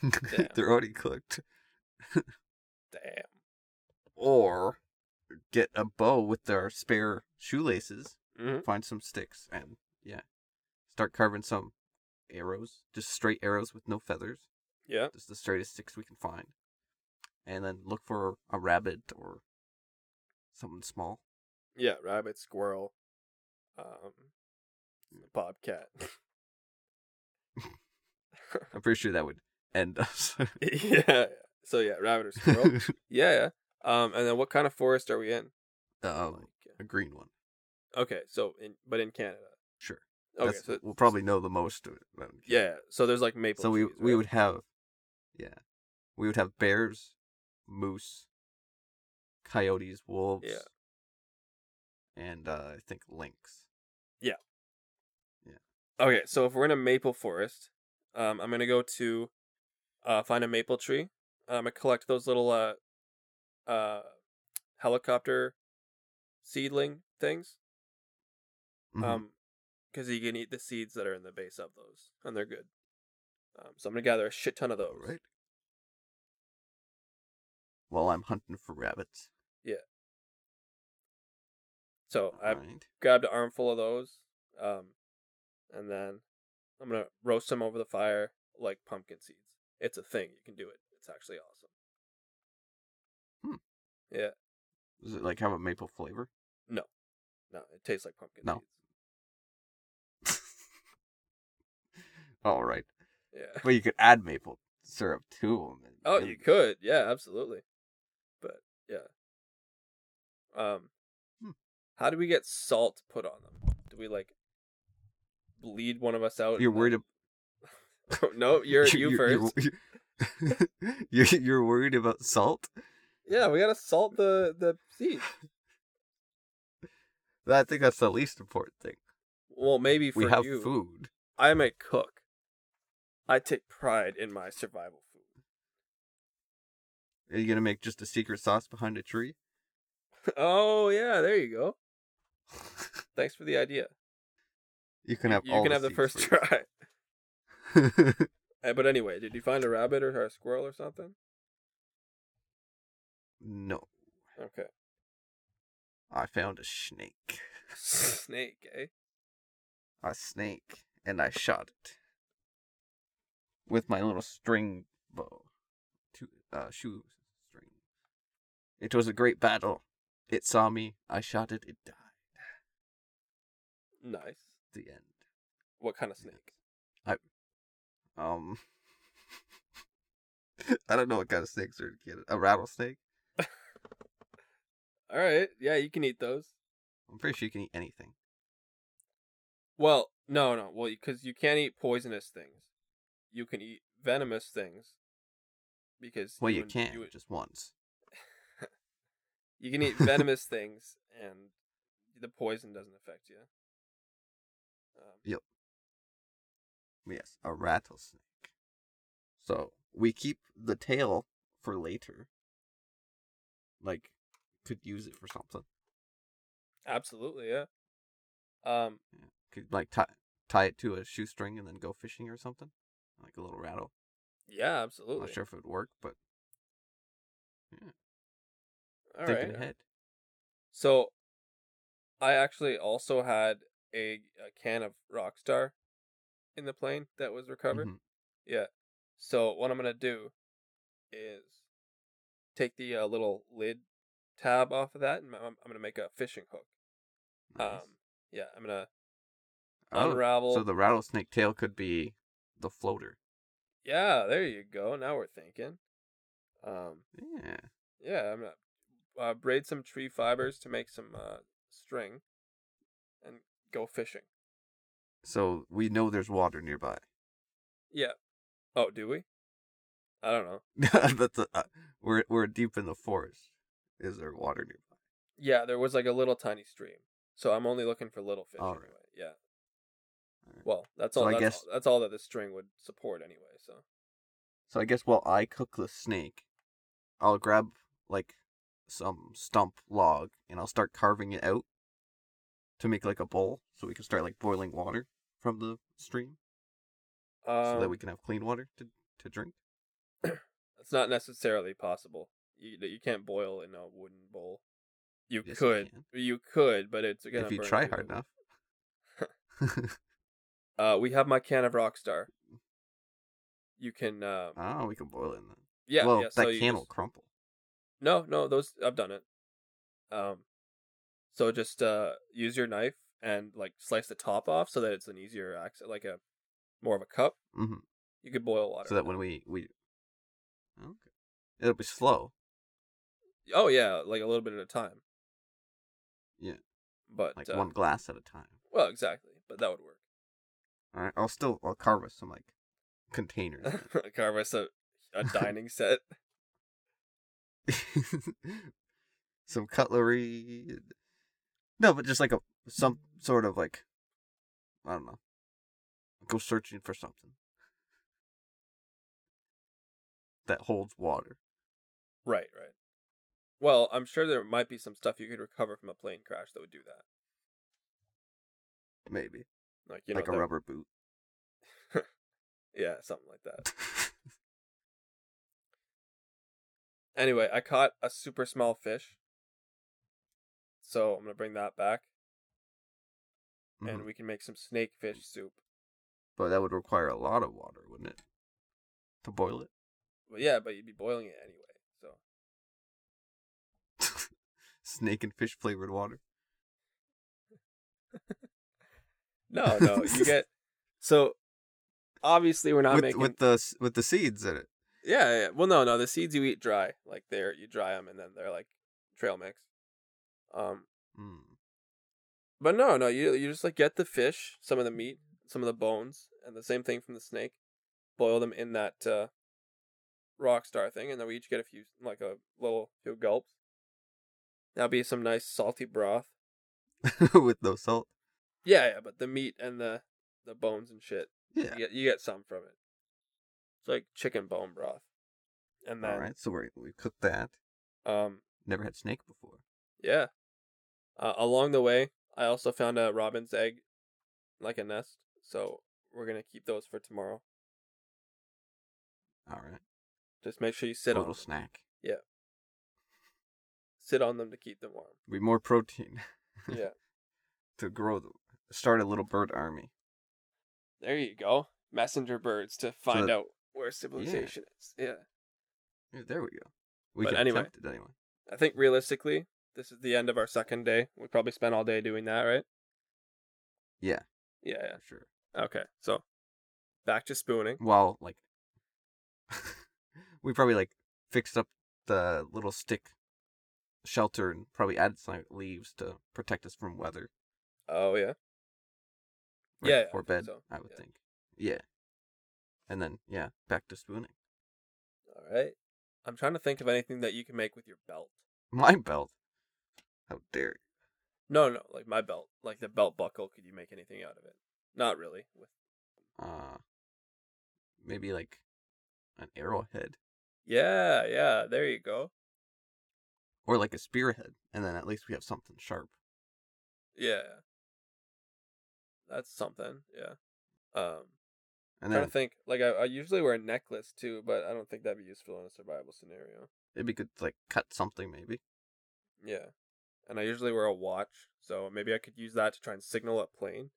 Speaker 2: Damn.
Speaker 1: They're already cooked.
Speaker 2: Damn.
Speaker 1: Or get a bow with their spare shoelaces.
Speaker 2: Mhm.
Speaker 1: Find some sticks and yeah, start carving some arrows. Just straight arrows with no feathers.
Speaker 2: Yeah.
Speaker 1: just the straightest sticks we can find, and then look for a rabbit or something small.
Speaker 2: Yeah. Rabbit, squirrel, um, bobcat.
Speaker 1: I'm pretty sure that would end us.
Speaker 2: yeah. So yeah, rabbit or squirrel. yeah, yeah. Um, and then what kind of forest are we in?
Speaker 1: um, a green one.
Speaker 2: Okay, so in but in Canada.
Speaker 1: Sure.
Speaker 2: Okay,
Speaker 1: That's-
Speaker 2: so
Speaker 1: we'll probably know the most of it. around here.
Speaker 2: yeah. So there's like maple.
Speaker 1: So we
Speaker 2: trees,
Speaker 1: we
Speaker 2: right?
Speaker 1: would have, yeah, we would have bears, moose, coyotes, wolves,
Speaker 2: Yeah.
Speaker 1: and uh, I think lynx.
Speaker 2: Okay, so if we're in a maple forest, um, I'm gonna go to uh, find a maple tree. Um, and collect those little uh, uh, helicopter seedling things.
Speaker 1: Mhm.
Speaker 2: Um, because you can eat the seeds that are in the base of those, and they're good. Um, so I'm gonna gather a shit ton of those.
Speaker 1: All right. While I'm hunting for rabbits.
Speaker 2: So I've
Speaker 1: Alright.
Speaker 2: grabbed an armful of those, um, and then I'm gonna roast them over the fire like pumpkin seeds. It's a thing; you can do it. It's actually awesome.
Speaker 1: Does it like have a maple flavor?
Speaker 2: No, it tastes like pumpkin
Speaker 1: No.
Speaker 2: seeds.
Speaker 1: All right,
Speaker 2: Yeah.
Speaker 1: but you could add maple syrup to them.
Speaker 2: Oh, you could. Yeah, absolutely. But yeah. Um,
Speaker 1: Hmm.
Speaker 2: how do we get salt put on them? Do we like bleed one of us out?
Speaker 1: You're worried. Ab-
Speaker 2: about? no, you're you 1st
Speaker 1: You're, you're, you're worried about salt.
Speaker 2: Yeah, we gotta salt the the seeds.
Speaker 1: I think that's the least important thing.
Speaker 2: Well, maybe for
Speaker 1: We have
Speaker 2: you.
Speaker 1: food.
Speaker 2: I'm a cook. I take pride in my survival food.
Speaker 1: Are you gonna make just a secret sauce behind a tree?
Speaker 2: oh yeah, there you go. Thanks for the idea.
Speaker 1: You can have.
Speaker 2: You
Speaker 1: all
Speaker 2: can have the
Speaker 1: seeds
Speaker 2: first
Speaker 1: for
Speaker 2: try.
Speaker 1: you.
Speaker 2: Eh, But anyway, did you find a rabbit or a squirrel or something?
Speaker 1: no,
Speaker 2: Okay.
Speaker 1: I found a snake.
Speaker 2: Snake, eh?
Speaker 1: A snake. And I shot it. With my little string bow. Two, uh, shoe string. It was a great battle. It saw me. I shot it. It died.
Speaker 2: Nice.
Speaker 1: The end.
Speaker 2: What kind of snake?
Speaker 1: Um, I don't know what kind of snakes are in Canada. A rattlesnake?
Speaker 2: All right. Yeah, you can eat those.
Speaker 1: I'm pretty sure you can eat anything.
Speaker 2: Well, no, no. Well, because you can't eat poisonous things. You can eat venomous things. Because
Speaker 1: Well, you
Speaker 2: would-
Speaker 1: can't
Speaker 2: would-
Speaker 1: just once.
Speaker 2: you can eat venomous things, and the poison doesn't affect you. Um,
Speaker 1: Yes, a rattlesnake. So we keep the tail for later. Like, could use it for something.
Speaker 2: absolutely, yeah. Um,
Speaker 1: Could like tie tie it to a shoestring and then go fishing or something. Like a little rattle.
Speaker 2: yeah,
Speaker 1: I'm
Speaker 2: absolutely.
Speaker 1: not sure if it would work, but
Speaker 2: All
Speaker 1: thinking
Speaker 2: right.
Speaker 1: ahead.
Speaker 2: So, I actually also had a, a can of Rockstar in the plane that was recovered.
Speaker 1: Mhm.
Speaker 2: Yeah. So what I'm gonna do is take the uh, little lid tab off of that, and I'm, I'm gonna make a fishing hook.
Speaker 1: Nice.
Speaker 2: Um, yeah, I'm gonna
Speaker 1: Mm-hmm. Oh,
Speaker 2: unravel.
Speaker 1: so the rattlesnake tail could be the floater.
Speaker 2: Yeah, there you go. Now we're thinking. Um,
Speaker 1: Yeah.
Speaker 2: yeah, I'm gonna uh, braid some tree fibers to make some uh, string, and go fishing.
Speaker 1: So we know there's water nearby.
Speaker 2: Yeah. Oh, do we? I don't know.
Speaker 1: That's a, uh, we're we're deep in the forest. Is there water nearby?
Speaker 2: Yeah, there was like a little tiny stream, so I'm only looking for little fish.
Speaker 1: All right.
Speaker 2: anyway. Yeah.
Speaker 1: Alright.
Speaker 2: Well, that's
Speaker 1: So
Speaker 2: all.
Speaker 1: I
Speaker 2: that's,
Speaker 1: guess-
Speaker 2: all that's all that the string would support anyway. So
Speaker 1: So I guess while I cook the snake, I'll grab like some stump log and I'll start carving it out to make like a bowl, so we can start like boiling water from the stream,
Speaker 2: um,
Speaker 1: so that we can have clean water to to drink.
Speaker 2: it's not necessarily possible. You you can't boil in a wooden bowl. You
Speaker 1: Yes, you
Speaker 2: could,
Speaker 1: can.
Speaker 2: you, could, but it's gonna.
Speaker 1: If you
Speaker 2: burn
Speaker 1: try
Speaker 2: through
Speaker 1: hard
Speaker 2: the-
Speaker 1: enough.
Speaker 2: Uh, we have my can of Rockstar. You can, um,
Speaker 1: oh, we can boil it. In then.
Speaker 2: yeah,
Speaker 1: well,
Speaker 2: yeah.
Speaker 1: that
Speaker 2: so you
Speaker 1: can will
Speaker 2: just-
Speaker 1: crumple.
Speaker 2: No, no, those I've done it. Um, so just uh, use your knife and like slice the top off so that it's an easier access, like a more of a cup.
Speaker 1: hmm
Speaker 2: You could boil water.
Speaker 1: So that when we we, okay, it'll be slow.
Speaker 2: Oh yeah, like a little bit at a time.
Speaker 1: Yeah.
Speaker 2: But
Speaker 1: like
Speaker 2: uh,
Speaker 1: one glass at a time.
Speaker 2: well, exactly. But that would
Speaker 1: All right, I'll still I'll carve us some like containers.
Speaker 2: work. Carve us a, a dining set.
Speaker 1: some cutlery. and- No, but just like a some sort of like I don't know. Go searching for something that holds water.
Speaker 2: Right, right. Well, I'm sure there might be some stuff you could recover from a plane crash that would do that.
Speaker 1: Maybe
Speaker 2: Like you know,
Speaker 1: like a
Speaker 2: the-
Speaker 1: rubber boot.
Speaker 2: yeah, something like that. Anyway, I caught a super small fish, so I'm gonna bring that back,
Speaker 1: Mhm.
Speaker 2: and we can make some snake fish soup.
Speaker 1: But that would require a lot of water, wouldn't it? To boil it.
Speaker 2: But yeah, but you'd be boiling it anyway. So
Speaker 1: Snake and fish flavored water.
Speaker 2: no, no, you get. So obviously, we're not
Speaker 1: with,
Speaker 2: making
Speaker 1: with the s- with the seeds in it.
Speaker 2: Yeah, yeah. Well, no, no. The seeds you eat dry, like they're you dry them and then they're like trail mix. Um,
Speaker 1: Mm.
Speaker 2: but no, no. You you just like get the fish, some of the meat, some of the bones, and the same thing from the snake. Boil them in that uh, rock star thing, and then we each get a few like a little few gulps. That'll be some nice salty broth.
Speaker 1: with no salt.
Speaker 2: Yeah, yeah. But the meat and the the bones and shit,
Speaker 1: Yeah.
Speaker 2: you get you get some from it. It's like chicken bone broth, and then
Speaker 1: All right. So we we cooked that.
Speaker 2: um
Speaker 1: Never had snake before.
Speaker 2: Yeah. Uh, along the way, I also found a robin's egg, like a nest. So we're gonna keep those for tomorrow.
Speaker 1: All right.
Speaker 2: Just make sure you
Speaker 1: A
Speaker 2: sit on.
Speaker 1: little
Speaker 2: them.
Speaker 1: snack.
Speaker 2: sit on them to keep them warm.
Speaker 1: We more protein
Speaker 2: Yeah.
Speaker 1: to grow, the, start a little bird army.
Speaker 2: There you go. Messenger birds to find
Speaker 1: that-
Speaker 2: out where civilization is. Yeah.
Speaker 1: Yeah, there we go. We
Speaker 2: But
Speaker 1: can
Speaker 2: anyway.
Speaker 1: attempt it anyway.
Speaker 2: I think realistically, this is the end of our second day. We probably spent all day doing that, right?
Speaker 1: Yeah.
Speaker 2: Yeah.
Speaker 1: For sure.
Speaker 2: yeah. Okay. So back to spooning.
Speaker 1: Well, like we probably like fixed up the little stick shelter and probably added some leaves to protect us from weather.
Speaker 2: Oh yeah.
Speaker 1: right
Speaker 2: Yeah, yeah, I
Speaker 1: before
Speaker 2: think
Speaker 1: bed.
Speaker 2: so.
Speaker 1: I would
Speaker 2: Yeah.
Speaker 1: think. Yeah. And then yeah, back to spooning.
Speaker 2: All right. I'm trying to think of anything that you can make with your belt.
Speaker 1: My belt. How dare you.
Speaker 2: No, no, like my belt, like the belt buckle. Could you make anything out of it? Not really. With
Speaker 1: Uh, maybe like an arrowhead
Speaker 2: yeah, yeah. There you go.
Speaker 1: or like a spearhead, and then at least we have something sharp.
Speaker 2: Yeah. That's something. Yeah. Um.
Speaker 1: And
Speaker 2: trying
Speaker 1: then
Speaker 2: to think. Like I, I usually wear a necklace too, but I don't think that'd be useful in a survival scenario.
Speaker 1: it'd be good to like cut something maybe.
Speaker 2: Yeah. And I usually wear a watch, so maybe I could use that to try and signal up plane.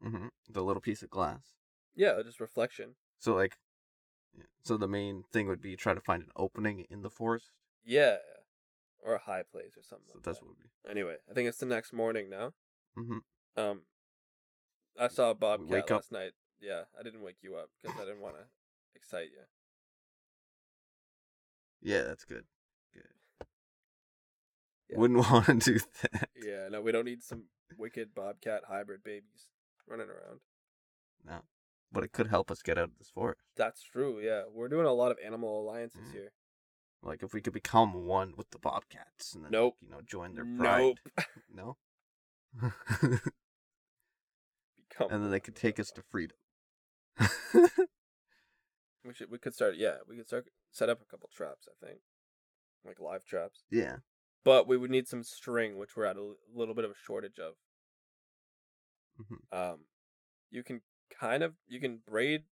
Speaker 1: hmm The little piece of glass.
Speaker 2: Yeah, just reflection.
Speaker 1: So like, yeah, so the main thing would be try to find an opening in the forest.
Speaker 2: Yeah. Or a high place or something.
Speaker 1: So
Speaker 2: like
Speaker 1: that's
Speaker 2: that.
Speaker 1: what would be.
Speaker 2: Anyway, I think it's the next morning now.
Speaker 1: hmm
Speaker 2: Um, I saw a bobcat
Speaker 1: wake up.
Speaker 2: last night. Yeah, I didn't wake you up because I didn't want to excite you.
Speaker 1: Yeah, that's good. Good.
Speaker 2: Yeah.
Speaker 1: Wouldn't want to do that.
Speaker 2: Yeah, no, we don't need some wicked bobcat hybrid babies running around.
Speaker 1: No, but it could help us get out of this forest.
Speaker 2: That's true. Yeah, we're doing a lot of animal alliances
Speaker 1: Mm.
Speaker 2: here.
Speaker 1: Like if we could become one with the bobcats and then
Speaker 2: Nope.
Speaker 1: you know join their pride.
Speaker 2: Nope.
Speaker 1: No.
Speaker 2: Become
Speaker 1: and then they
Speaker 2: one
Speaker 1: could
Speaker 2: with
Speaker 1: take
Speaker 2: the
Speaker 1: us to freedom.
Speaker 2: We should. We could start. Yeah, we could start set up a couple traps. I think, like live traps.
Speaker 1: yeah.
Speaker 2: But we would need some string, which we're at a l- little bit of a shortage of.
Speaker 1: Mhm.
Speaker 2: Um, you can kind of you can braid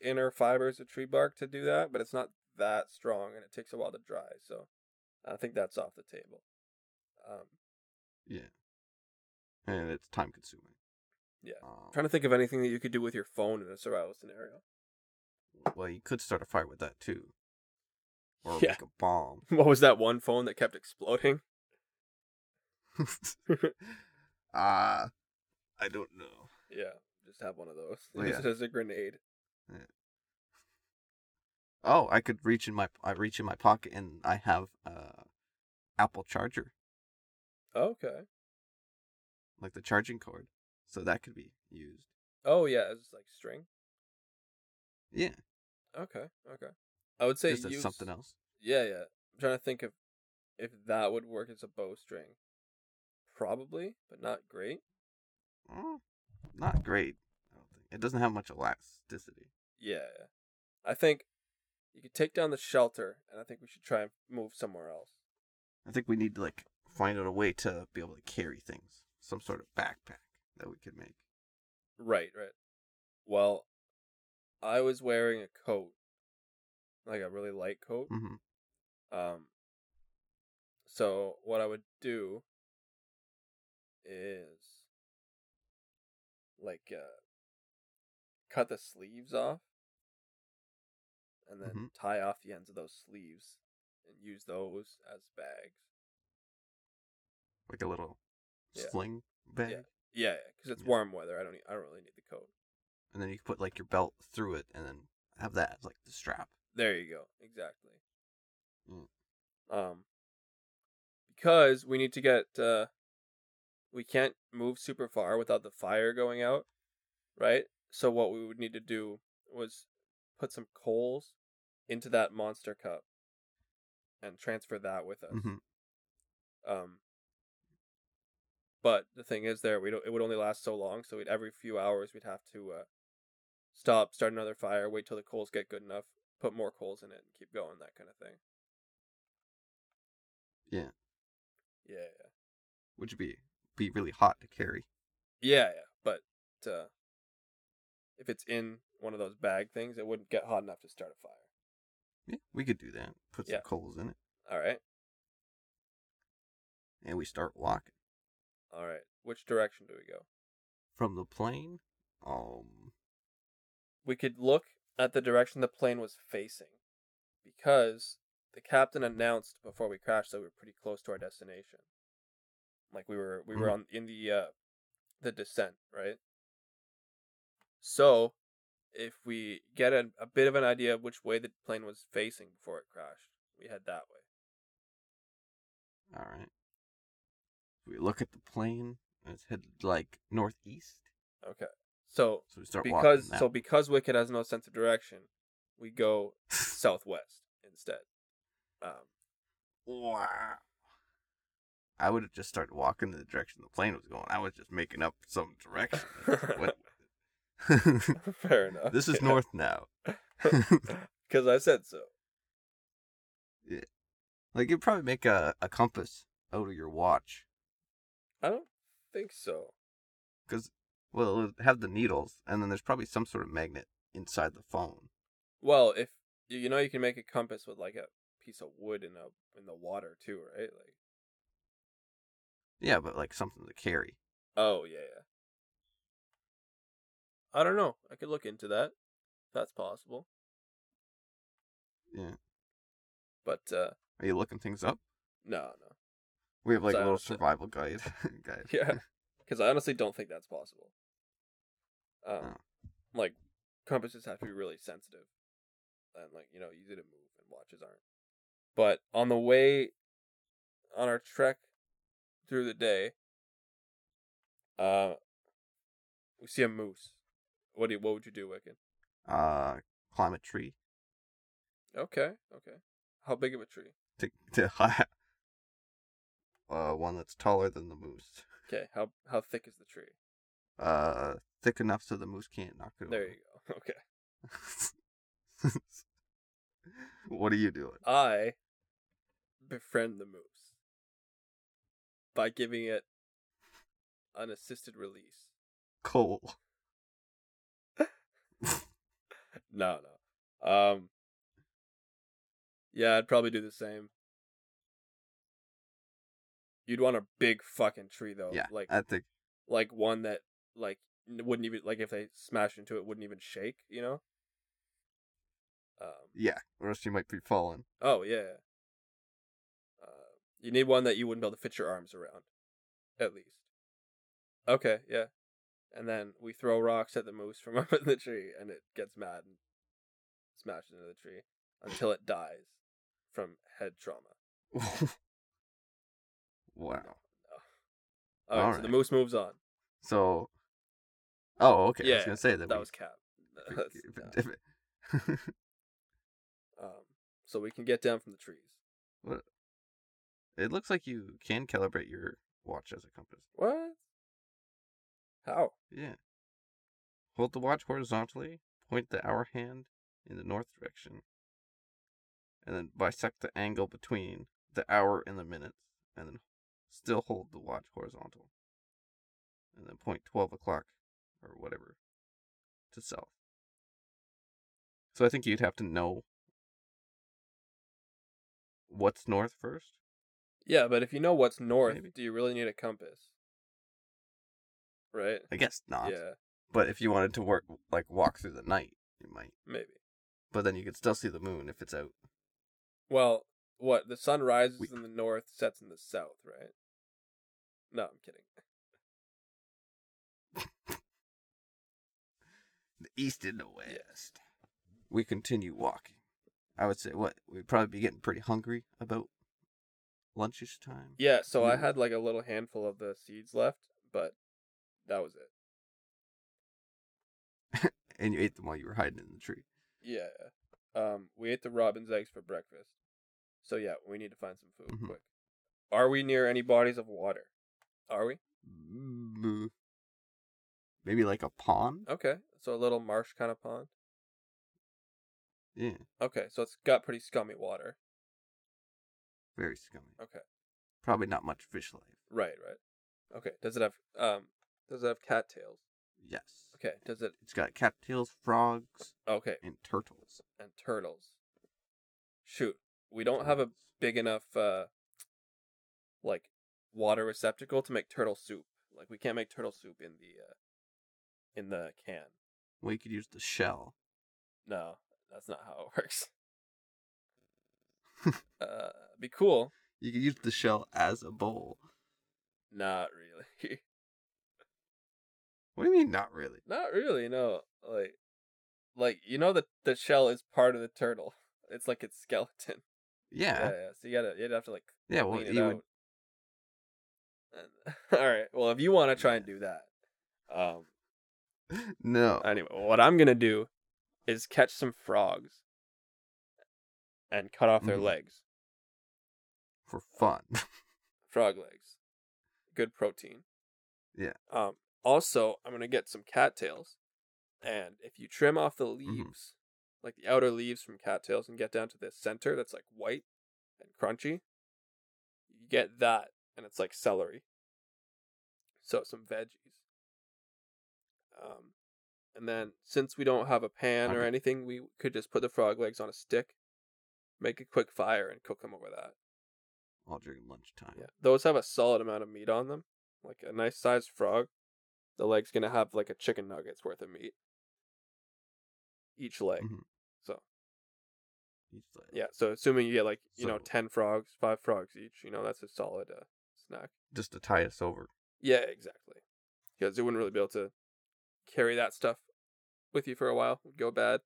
Speaker 2: inner fibers of tree bark to do that, but it's not that strong, and it takes a while to dry. So, I think that's off the table. Um,
Speaker 1: Yeah. And it's time consuming.
Speaker 2: Yeah.
Speaker 1: Um,
Speaker 2: trying to think of anything that you could do with your phone in a survival scenario.
Speaker 1: well, you could start a fire with that too. Or
Speaker 2: Yeah.
Speaker 1: make a bomb.
Speaker 2: What was that one phone that kept exploding?
Speaker 1: Ah, I don't know.
Speaker 2: Yeah, just have one of those.
Speaker 1: Oh, yeah.
Speaker 2: Just as a grenade.
Speaker 1: Oh, I could reach in my I reach in my pocket and I have uh Apple charger,
Speaker 2: Okay.
Speaker 1: like the charging cord. So that could be used.
Speaker 2: Oh yeah, it's like string.
Speaker 1: Yeah.
Speaker 2: Okay, okay. I would say
Speaker 1: just as
Speaker 2: use
Speaker 1: something else.
Speaker 2: Yeah, yeah. I'm trying to think of if that would work as a bowstring. Probably, but not great.
Speaker 1: Mm, not great. I don't think. It doesn't have much elasticity.
Speaker 2: Yeah, yeah. I think you could take down the shelter, and I think we should try and move somewhere else.
Speaker 1: I think we need to like find out a way to be able to carry things, some sort of backpack that we could make.
Speaker 2: Right, right. Well, I was wearing a coat, like a really light coat.
Speaker 1: hmm
Speaker 2: Um, so what I would do is like uh, cut the sleeves off and then
Speaker 1: Mhm.
Speaker 2: tie off the ends of those sleeves and use those as bags.
Speaker 1: Like a little
Speaker 2: Yeah.
Speaker 1: sling bag,
Speaker 2: Yeah, because it's
Speaker 1: Yeah.
Speaker 2: warm weather. I don't. Need, I don't really need the coat.
Speaker 1: and then you could put like your belt through it, and then have that as like the strap.
Speaker 2: There you go. Exactly.
Speaker 1: Mm.
Speaker 2: Um, because we need to get. Uh, we can't move super far without the fire going out, right? So what we would need to do was put some coals into that monster cup and transfer that with us.
Speaker 1: hmm
Speaker 2: Um, but the thing is, there we don't. It would only last so long. So we'd, every few hours, we'd have to uh, stop, start another fire, wait till the coals get good enough, put more coals in it, and keep going. That kind of thing.
Speaker 1: Yeah.
Speaker 2: Yeah, yeah,
Speaker 1: Which would be be really hot to carry.
Speaker 2: yeah, yeah. But uh, if it's in one of those bag things, it wouldn't get hot enough to start a fire.
Speaker 1: Yeah, we could do that. Put some
Speaker 2: Yeah.
Speaker 1: coals in it.
Speaker 2: All right.
Speaker 1: and we start walking
Speaker 2: All right. Which direction do we go?
Speaker 1: from the plane. Um,
Speaker 2: We could look at the direction the plane was facing because the captain announced before we crashed that we were pretty close to our destination. Like we were we were
Speaker 1: Mhm.
Speaker 2: on in the uh the descent, right? So, if we get a, a bit of an idea of which way the plane was facing before it crashed, we head that way.
Speaker 1: all right. We look at the plane. and It's headed like northeast,
Speaker 2: Okay. So,
Speaker 1: so we start walking.
Speaker 2: because
Speaker 1: that
Speaker 2: so because Wicked has no sense of direction, we go southwest instead. Um,
Speaker 1: Wow. I would have just started walking in the direction the plane was going. I was just making up some direction. What-
Speaker 2: Fair enough.
Speaker 1: this is north now.
Speaker 2: because I said so.
Speaker 1: Like you'd probably make a, a compass out of your watch
Speaker 2: I don't think so.
Speaker 1: because well, it would have the needles, and then there's probably some sort of magnet inside the phone.
Speaker 2: Well, if you you know, you can make a compass with like a piece of wood in a in the water too, right? Like,
Speaker 1: Yeah, but like something to carry.
Speaker 2: oh yeah, yeah. I don't know. I could look into that. That's possible.
Speaker 1: Yeah.
Speaker 2: But uh
Speaker 1: Are you looking things up?
Speaker 2: no, no.
Speaker 1: We have like
Speaker 2: So-
Speaker 1: a little survival guide. guide.
Speaker 2: Yeah, because I honestly don't think that's possible. Um, like compasses have to be really sensitive, and like you know easy to move, and watches aren't. But on the way, on our trek through the day, uh, we see a moose. What do you, what would you do, Wiccan?
Speaker 1: Uh, climb a tree
Speaker 2: Okay, okay. How big of a tree?
Speaker 1: to to uh one that's taller than the moose.
Speaker 2: Okay, how how thick is the tree?
Speaker 1: uh, thick enough so the moose can't knock it
Speaker 2: There
Speaker 1: over.
Speaker 2: you go. Okay.
Speaker 1: what are you doing?
Speaker 2: Uh, I befriend the moose by giving it an assisted release.
Speaker 1: Coal.
Speaker 2: No, no. Um Yeah, I'd probably do the same. You'd want a big fucking tree though.
Speaker 1: yeah,
Speaker 2: oh, Like
Speaker 1: I think.
Speaker 2: like one that like n- wouldn't even like if they smashed into it wouldn't even shake, you know? Um
Speaker 1: Yeah, or else you might be falling.
Speaker 2: Oh yeah. Uh, you need one that you wouldn't be able to fit your arms around, at least. Okay, yeah. And then we throw rocks at the moose from up in the tree, and it gets mad and smashes into the tree until it dies from head trauma.
Speaker 1: wow.
Speaker 2: All right, so
Speaker 1: Alright.
Speaker 2: the moose moves on.
Speaker 1: So. Oh, okay. I
Speaker 2: Yeah,
Speaker 1: was gonna say that.
Speaker 2: That,
Speaker 1: we-
Speaker 2: was cap.
Speaker 1: if it-
Speaker 2: That's- yeah.
Speaker 1: if it-
Speaker 2: um, so we can get down from the trees.
Speaker 1: it looks like you can calibrate your watch as a compass.
Speaker 2: What? How?
Speaker 1: Yeah. Hold the watch horizontally, point the hour hand in the north direction, and then bisect the angle between the hour and the minutes, and then still hold the watch horizontal. And then point 12 o'clock, or whatever, to south. So I think you'd have to know what's north first.
Speaker 2: Yeah, but if you know what's north,
Speaker 1: Maybe.
Speaker 2: do you really need a compass? Right?
Speaker 1: I guess not.
Speaker 2: Yeah,
Speaker 1: But if you wanted to work, like walk through the night, you might.
Speaker 2: maybe.
Speaker 1: But then you could still see the moon if it's out.
Speaker 2: Well, what the sun rises
Speaker 1: We-
Speaker 2: in the north, sets in the south, right? No, I'm kidding.
Speaker 1: the east and the west. We continue walking. I would say what we'd probably be getting pretty hungry about lunchish time.
Speaker 2: Yeah, so I
Speaker 1: Mm.
Speaker 2: had like a little handful of the seeds left, but that was it.
Speaker 1: And you ate them while you were hiding in the tree.
Speaker 2: Yeah. Um, we ate the robin's eggs for breakfast. So yeah, we need to find some food
Speaker 1: Mhm.
Speaker 2: quick. Are we near any bodies of water? Are we?
Speaker 1: Mm, Maybe like a pond.
Speaker 2: Okay, so a little marsh kind of pond.
Speaker 1: Yeah,
Speaker 2: Okay, so it's got pretty scummy water.
Speaker 1: very scummy.
Speaker 2: Okay.
Speaker 1: Probably not much fish life.
Speaker 2: Right, right. Okay, does it have um? Does it have cattails?
Speaker 1: Yes.
Speaker 2: Okay, does it?
Speaker 1: It's got cattails, frogs,
Speaker 2: Okay,
Speaker 1: and turtles.
Speaker 2: and turtles. Shoot, we don't have a big enough uh like water receptacle to make turtle soup. Like we can't make turtle soup in the uh, in the can.
Speaker 1: Well, you could use the shell.
Speaker 2: No, that's not how it works. uh, be cool.
Speaker 1: You could use the shell as a bowl.
Speaker 2: Not really.
Speaker 1: What do you mean, not really?
Speaker 2: not really. No, like, like you know the the shell is part of the turtle. It's like its skeleton.
Speaker 1: Yeah.
Speaker 2: yeah. So you gotta you'd have to like
Speaker 1: Yeah, well,
Speaker 2: clean it
Speaker 1: Oh, you
Speaker 2: out.
Speaker 1: would.
Speaker 2: And- all right. Well, if you want to try and do that, um.
Speaker 1: No.
Speaker 2: Anyway, what I'm gonna do is catch some frogs and cut off their
Speaker 1: Mhm.
Speaker 2: legs,
Speaker 1: For fun.
Speaker 2: frog legs. Good protein.
Speaker 1: Yeah.
Speaker 2: Um. Also, I'm gonna get some cattails, and if you trim off the leaves,
Speaker 1: Mm-hmm.
Speaker 2: like the outer leaves from cattails, and get down to the center that's like white and crunchy, you get that, and it's like celery. So some veggies. Um, and then since we don't have a pan or
Speaker 1: Okay.
Speaker 2: anything, we could just put the frog legs on a stick, make a quick fire, and cook them over that.
Speaker 1: All during lunchtime.
Speaker 2: Yeah, those have a solid amount of meat on them, like a nice sized frog. The leg's gonna have like a chicken nugget's worth of meat. Each leg.
Speaker 1: Mhm.
Speaker 2: So
Speaker 1: Each leg.
Speaker 2: yeah, so assuming you get like you know
Speaker 1: So-
Speaker 2: ten frogs, five frogs each, you know that's a solid uh, snack.
Speaker 1: Just to tie us over.
Speaker 2: Yeah, exactly. Because you wouldn't really be able to carry that stuff with you for a while; it would go bad.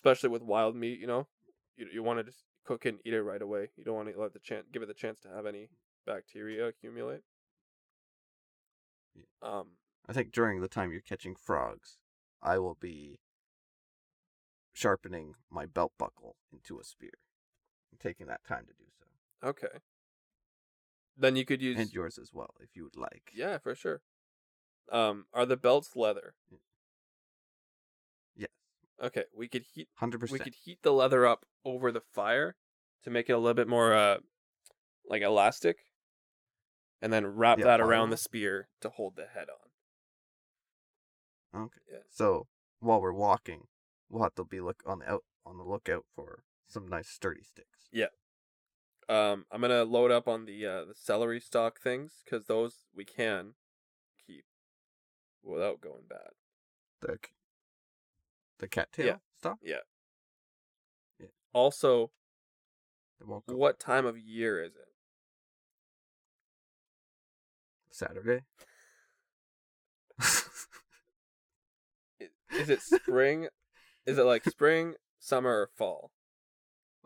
Speaker 2: Especially with wild meat, you know, you you want to just cook it and eat it right away. You don't want to let the chance give it the chance to have any bacteria accumulate.
Speaker 1: Yeah.
Speaker 2: Um,
Speaker 1: I think during the time you're catching frogs, I will be sharpening my belt buckle into a spear. I'm taking that time to do so.
Speaker 2: Okay. Then you could use
Speaker 1: And yours as well, if you would like.
Speaker 2: yeah, for sure. Um, are the belts leather?
Speaker 1: Yes.
Speaker 2: Okay, we could heat
Speaker 1: Hundred
Speaker 2: we
Speaker 1: percent.
Speaker 2: could heat the leather up over the fire to make it a little bit more uh like elastic, and then wrap
Speaker 1: Yeah,
Speaker 2: that around
Speaker 1: viral.
Speaker 2: the spear to hold the head on.
Speaker 1: Okay.
Speaker 2: Yeah.
Speaker 1: So while we're walking, we'll have to be look on the out on the lookout for some nice sturdy sticks.
Speaker 2: Um, I'm gonna load up on the uh, the celery stock things because those we can keep without going bad.
Speaker 1: The c- the cattail
Speaker 2: Yeah.
Speaker 1: stuff.
Speaker 2: Also,
Speaker 1: It won't go
Speaker 2: what time of year is it?
Speaker 1: Saturday.
Speaker 2: Is it spring? is it like spring, summer, or fall?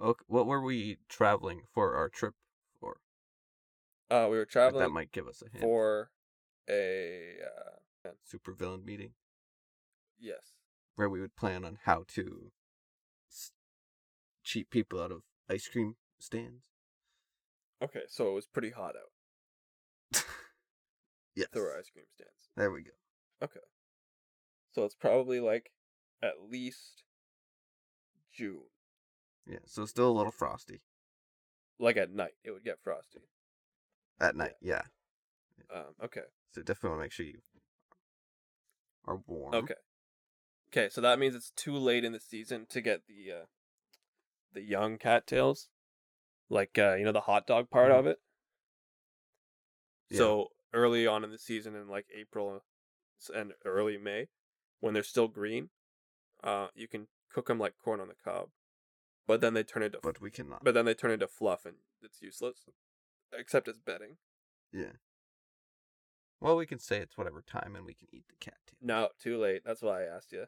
Speaker 1: okay, what were we traveling for our trip for?
Speaker 2: Uh, we were
Speaker 1: Like,
Speaker 2: traveling
Speaker 1: that might give us a hint.
Speaker 2: for a uh,
Speaker 1: Supervillain meeting
Speaker 2: yes,
Speaker 1: where we would plan on how to s- cheat people out of ice cream stands.
Speaker 2: okay. So it was pretty hot out.
Speaker 1: Yes.
Speaker 2: There were ice cream stands,
Speaker 1: There we go.
Speaker 2: so it's probably like at least June,
Speaker 1: Yeah. So still a little frosty
Speaker 2: like at night. It would get frosty.
Speaker 1: at night. Yeah.
Speaker 2: Um, okay,
Speaker 1: So definitely want to make sure you are warm.
Speaker 2: okay, okay. So that means it's too late in the season to get the uh, the young cattails, like uh, you know the hot dog part of it.
Speaker 1: Mm-hmm. Yeah.
Speaker 2: So early on in the season, in like April and early May, when they're still green, uh, you can cook them like corn on the cob. But then they turn into but,
Speaker 1: But we cannot.
Speaker 2: then they turn into fluff and it's useless, except as bedding.
Speaker 1: yeah. Well, we can say it's whatever time, and we can eat the cattail.
Speaker 2: No, too late. That's why I asked you.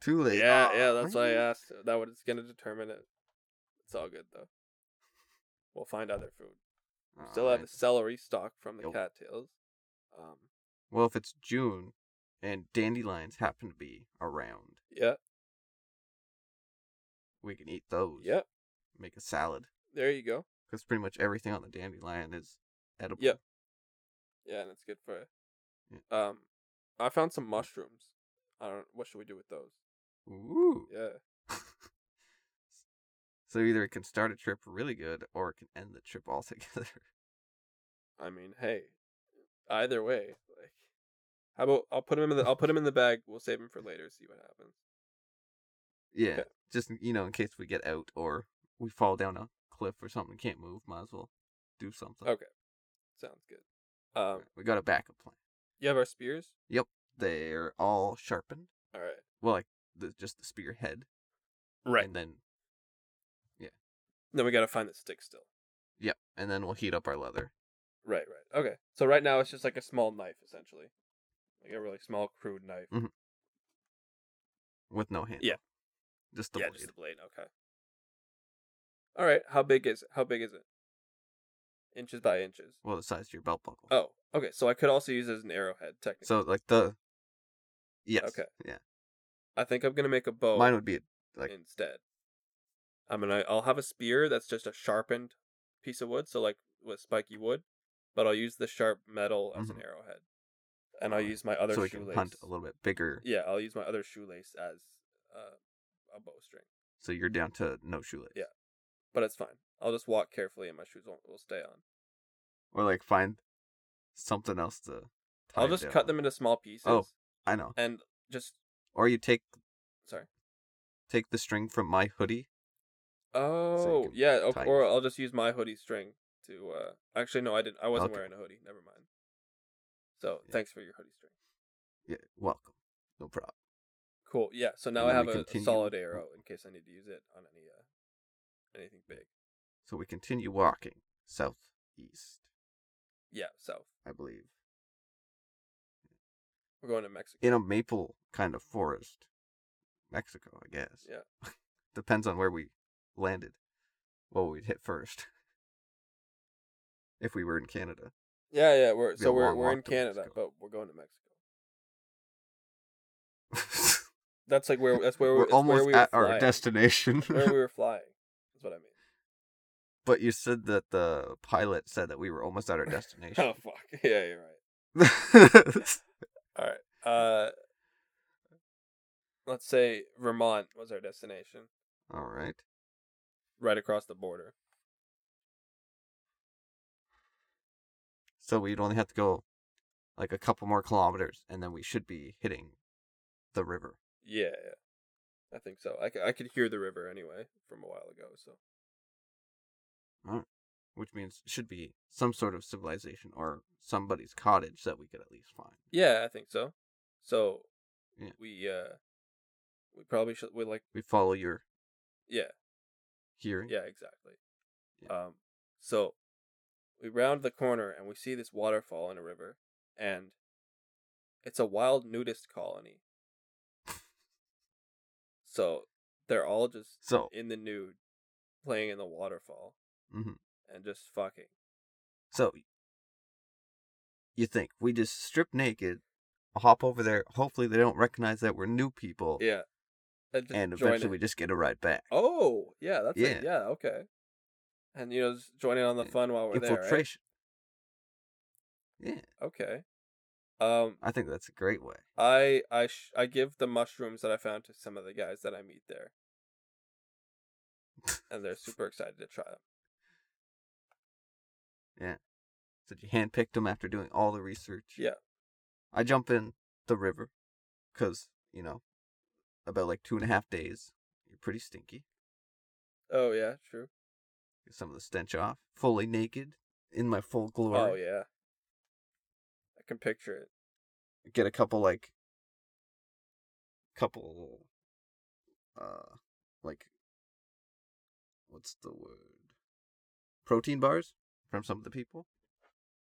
Speaker 1: Too late. Ah,
Speaker 2: Yeah,
Speaker 1: Aw,
Speaker 2: yeah, that's why I
Speaker 1: man.
Speaker 2: asked. That what it's gonna determine it. It's all good though. We'll find other food. We Still have
Speaker 1: Alright.
Speaker 2: the celery stock from the
Speaker 1: Yep.
Speaker 2: cattails. Um,
Speaker 1: Well, if it's June, and dandelions happen to be around,
Speaker 2: yeah,
Speaker 1: we can eat those.
Speaker 2: yeah.
Speaker 1: Make a salad,
Speaker 2: There you go.
Speaker 1: because pretty much everything on the dandelion is edible.
Speaker 2: Yep. Yeah, and it's good for it. Um, I found some mushrooms. I don't. What should we do with those?
Speaker 1: Ooh.
Speaker 2: Yeah.
Speaker 1: So either it can start a trip really good, or it can end the trip altogether.
Speaker 2: I mean, hey, either way, like, how about I'll put them in the I'll put them in the bag. We'll save them for later. See what happens.
Speaker 1: yeah.
Speaker 2: Okay.
Speaker 1: Just you know, in case we get out or we fall down a cliff or something, can't move, might as well do something.
Speaker 2: Okay. Sounds good. Um,
Speaker 1: we got a backup plan.
Speaker 2: you have our spears.
Speaker 1: They're all sharpened.
Speaker 2: All right.
Speaker 1: Well, like the, just the spear head,
Speaker 2: Right.
Speaker 1: And then
Speaker 2: Then we gotta find the stick still.
Speaker 1: yep, and then we'll heat up our leather.
Speaker 2: Right, right. Okay. So right now it's just like a small knife, essentially, like a really small, crude knife.
Speaker 1: Mm, with no handle.
Speaker 2: Yeah.
Speaker 1: Just the
Speaker 2: yeah,
Speaker 1: blade.
Speaker 2: just the blade. Okay. All right. How big is it? How big is it? Inches by inches.
Speaker 1: Well, the size of your belt buckle.
Speaker 2: Oh, okay. So I could also use it as an arrowhead, technically.
Speaker 1: So like the. Yes.
Speaker 2: Okay.
Speaker 1: Yeah.
Speaker 2: I think I'm gonna make a bow
Speaker 1: Mine would be like-
Speaker 2: instead. I'm gonna. I'll have a spear that's just a sharpened piece of wood, so like with spiky wood, but I'll use the sharp metal as an arrowhead, and
Speaker 1: Mm-hmm.
Speaker 2: I'll
Speaker 1: Alright.
Speaker 2: use my other
Speaker 1: so we
Speaker 2: shoelace.
Speaker 1: can hunt a little bit bigger.
Speaker 2: Yeah, I'll use my other shoelace as uh, a bowstring,
Speaker 1: So you're down to no shoelace.
Speaker 2: Yeah. but it's fine. I'll just walk carefully, and my shoes won't will stay on.
Speaker 1: Or like find something else to. tie
Speaker 2: I'll
Speaker 1: it
Speaker 2: just
Speaker 1: down
Speaker 2: cut
Speaker 1: with.
Speaker 2: them into small pieces.
Speaker 1: Oh. I know.
Speaker 2: and just
Speaker 1: Or you take
Speaker 2: sorry.
Speaker 1: take the string from my hoodie.
Speaker 2: Oh
Speaker 1: can
Speaker 2: yeah, o-
Speaker 1: tie
Speaker 2: or
Speaker 1: yourself.
Speaker 2: I'll just use my hoodie string to. uh Actually, no, I didn't. I wasn't
Speaker 1: Okay.
Speaker 2: wearing a hoodie. Never mind. So
Speaker 1: Yeah.
Speaker 2: thanks for your hoodie string.
Speaker 1: Yeah, welcome. No problem.
Speaker 2: Cool. Yeah. So now
Speaker 1: And
Speaker 2: I
Speaker 1: then
Speaker 2: have
Speaker 1: we
Speaker 2: a, a
Speaker 1: continue.
Speaker 2: solid arrow in case I need to use it on any uh, anything big.
Speaker 1: So we continue walking southeast,
Speaker 2: Yeah. So
Speaker 1: I believe,
Speaker 2: we're going to Mexico.
Speaker 1: in a maple kind of forest, Mexico, I guess.
Speaker 2: Yeah.
Speaker 1: Depends on where we landed, what we'd hit first. if we were in Canada,
Speaker 2: Yeah. Yeah. We're
Speaker 1: Be
Speaker 2: so
Speaker 1: a
Speaker 2: we're
Speaker 1: long
Speaker 2: we're
Speaker 1: walk
Speaker 2: in
Speaker 1: to
Speaker 2: Canada, but
Speaker 1: Mexico.
Speaker 2: we're going to Mexico. That's like where that's where
Speaker 1: we're
Speaker 2: we, that's
Speaker 1: almost
Speaker 2: where we were
Speaker 1: at our
Speaker 2: flying.
Speaker 1: destination.
Speaker 2: where we were flying. That's what I mean.
Speaker 1: but you said that the pilot said that we were almost at our destination.
Speaker 2: Oh fuck. Yeah. You're right. Oh. All right. Uh, let's say Vermont was our destination,
Speaker 1: All right.
Speaker 2: right across the border.
Speaker 1: So we'd only have to go like a couple more kilometers, and then we should be hitting the river.
Speaker 2: Yeah, yeah. I think so. I, c- I could hear the river anyway from a while ago. So
Speaker 1: which means it should be some sort of civilization or somebody's cottage that we could at least find.
Speaker 2: yeah, I think so. So
Speaker 1: Yeah.
Speaker 2: we uh we probably should we like
Speaker 1: We follow your
Speaker 2: yeah
Speaker 1: hearing.
Speaker 2: yeah exactly.
Speaker 1: Yeah.
Speaker 2: Um, so we round the corner and we see this waterfall in a river, and it's a wild nudist colony. so they're all just
Speaker 1: So
Speaker 2: in the nude, playing in the waterfall,
Speaker 1: Mhm.
Speaker 2: and just fucking.
Speaker 1: so you think we just strip naked, hop over there. Hopefully they don't recognize that we're new people,
Speaker 2: Yeah. just
Speaker 1: and
Speaker 2: join
Speaker 1: eventually
Speaker 2: in.
Speaker 1: we just get a ride back.
Speaker 2: Oh, yeah, that's yeah,
Speaker 1: Yeah.
Speaker 2: yeah, okay. And you know, just join in on the
Speaker 1: Yeah.
Speaker 2: fun while we're
Speaker 1: Infiltration. Yeah,
Speaker 2: there. Right? Okay. Um,
Speaker 1: I think that's a great way.
Speaker 2: I I sh- I give the mushrooms that I found to some of the guys that I meet there, and they're super excited to try them.
Speaker 1: So you handpicked them after doing all the research.
Speaker 2: Yeah.
Speaker 1: I jump in the river because you know about like two and a half days. You're pretty stinky.
Speaker 2: Oh yeah, true.
Speaker 1: Get some of the stench off. Fully naked, in my full glory.
Speaker 2: Oh yeah, I can picture it.
Speaker 1: Get a couple like, couple, uh, like, what's the word? Protein bars from some of the people.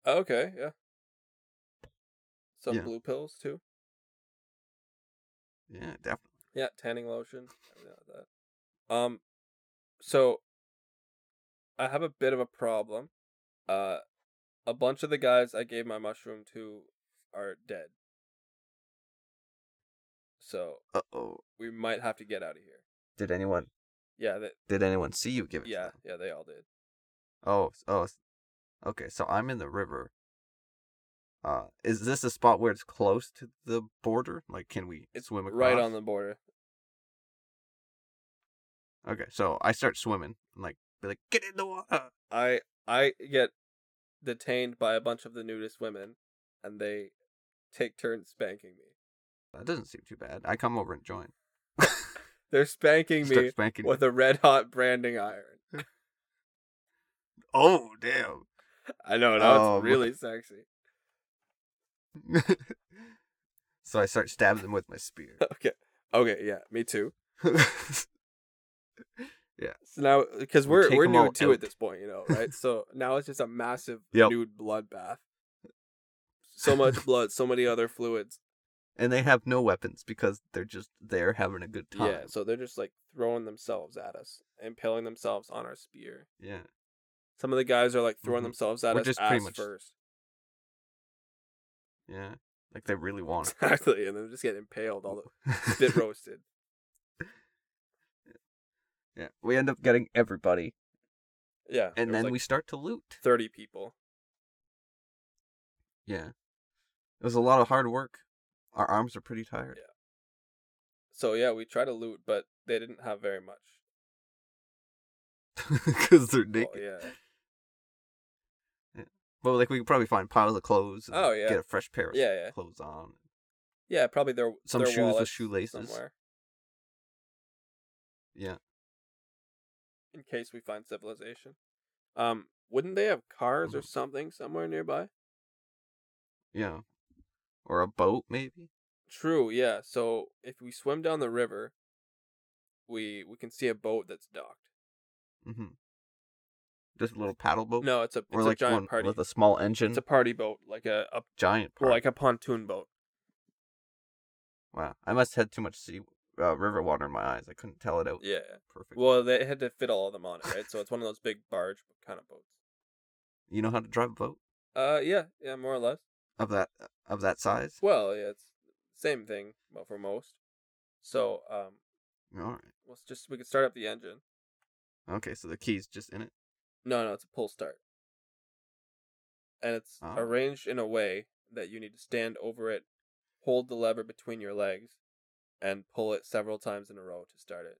Speaker 2: Okay, yeah. Some
Speaker 1: Yeah.
Speaker 2: blue pills too.
Speaker 1: Yeah, definitely.
Speaker 2: Yeah, tanning lotion. everything like that. Um, so I have a bit of a problem. Uh, a bunch of the guys I gave my mushroom to are dead. So
Speaker 1: Uh oh.
Speaker 2: we might have to get out of here.
Speaker 1: Did anyone?
Speaker 2: Yeah, that
Speaker 1: Did anyone see you give it? to
Speaker 2: yeah,
Speaker 1: them?
Speaker 2: yeah, they all did.
Speaker 1: Oh, s- oh. s- Okay, so I'm in the river. Uh, is this a spot where it's close to the border? Like, can we
Speaker 2: It's
Speaker 1: swim across?
Speaker 2: right on the border.
Speaker 1: Okay, so I start swimming. I'm like, be like, get in the water.
Speaker 2: I I get detained by a bunch of the nudist women and they take turns spanking me.
Speaker 1: That doesn't seem too bad. I come over and join.
Speaker 2: They're spanking
Speaker 1: Start
Speaker 2: me
Speaker 1: spanking.
Speaker 2: with a red hot branding iron.
Speaker 1: Oh damn!
Speaker 2: I know now
Speaker 1: Um,
Speaker 2: it's really sexy.
Speaker 1: so I start stabbing them with my spear.
Speaker 2: Okay. Okay. Yeah. Me too. So now, because
Speaker 1: We'll
Speaker 2: we're
Speaker 1: take
Speaker 2: we're
Speaker 1: 'em
Speaker 2: new
Speaker 1: all
Speaker 2: too
Speaker 1: out.
Speaker 2: at this point, you know, right? so now it's just a massive
Speaker 1: Yep.
Speaker 2: nude bloodbath. So much blood, so many other fluids.
Speaker 1: and they have no weapons because they're just there having a good time.
Speaker 2: Yeah. So they're just like throwing themselves at us, impaling themselves on our spear.
Speaker 1: Yeah.
Speaker 2: Some of the guys are like throwing
Speaker 1: Mhm.
Speaker 2: themselves at
Speaker 1: We're
Speaker 2: us
Speaker 1: just
Speaker 2: just
Speaker 1: pretty
Speaker 2: ass
Speaker 1: much-
Speaker 2: first,
Speaker 1: Yeah. Like they really want it.
Speaker 2: exactly, and then just get impaled, all the spit roasted.
Speaker 1: yeah. We end up getting everybody.
Speaker 2: Yeah. there
Speaker 1: And
Speaker 2: was,
Speaker 1: then
Speaker 2: like,
Speaker 1: we start to loot.
Speaker 2: thirty people.
Speaker 1: Yeah. It was a lot of hard work. Our arms are pretty tired.
Speaker 2: So yeah, we try to loot, but they didn't have very much.
Speaker 1: Because they're
Speaker 2: Well,
Speaker 1: naked.
Speaker 2: Oh, yeah.
Speaker 1: But like we could probably find piles of clothes and
Speaker 2: Oh, yeah.
Speaker 1: get a fresh pair of
Speaker 2: Yeah, yeah.
Speaker 1: clothes on.
Speaker 2: Yeah, probably their
Speaker 1: Some
Speaker 2: their
Speaker 1: shoes with
Speaker 2: wallets
Speaker 1: shoelaces.
Speaker 2: somewhere
Speaker 1: Yeah.
Speaker 2: in case we find civilization. Um, wouldn't they have cars or
Speaker 1: Mm-hmm.
Speaker 2: something somewhere nearby?
Speaker 1: Yeah. Or a boat maybe?
Speaker 2: True, yeah. So if we swim down the river, we we can see a boat that's docked.
Speaker 1: Mm-hmm. Just a little paddle boat?
Speaker 2: No, it's a it's
Speaker 1: Or
Speaker 2: a
Speaker 1: like
Speaker 2: giant
Speaker 1: one
Speaker 2: party.
Speaker 1: with a small engine.
Speaker 2: It's a party boat, like a, a
Speaker 1: giant
Speaker 2: well,
Speaker 1: park.
Speaker 2: like a pontoon boat.
Speaker 1: Wow, I must have had too much sea uh, river water in my eyes. I couldn't tell it out
Speaker 2: Yeah.
Speaker 1: perfectly.
Speaker 2: Well, they had to fit all of them on it, right? so it's one of those big barge kind of boats.
Speaker 1: you know how to drive a boat
Speaker 2: Uh, yeah, yeah, more or less.
Speaker 1: of that uh, of that size?
Speaker 2: Well, yeah, it's same thing, but for most. So, um,
Speaker 1: All right.
Speaker 2: let's just we could start up the engine.
Speaker 1: Okay, so the key's just in it.
Speaker 2: No, no, it's a pull start. And it's
Speaker 1: Oh.
Speaker 2: arranged in a way that you need to stand over it, hold the lever between your legs, and pull it several times in a row to start it.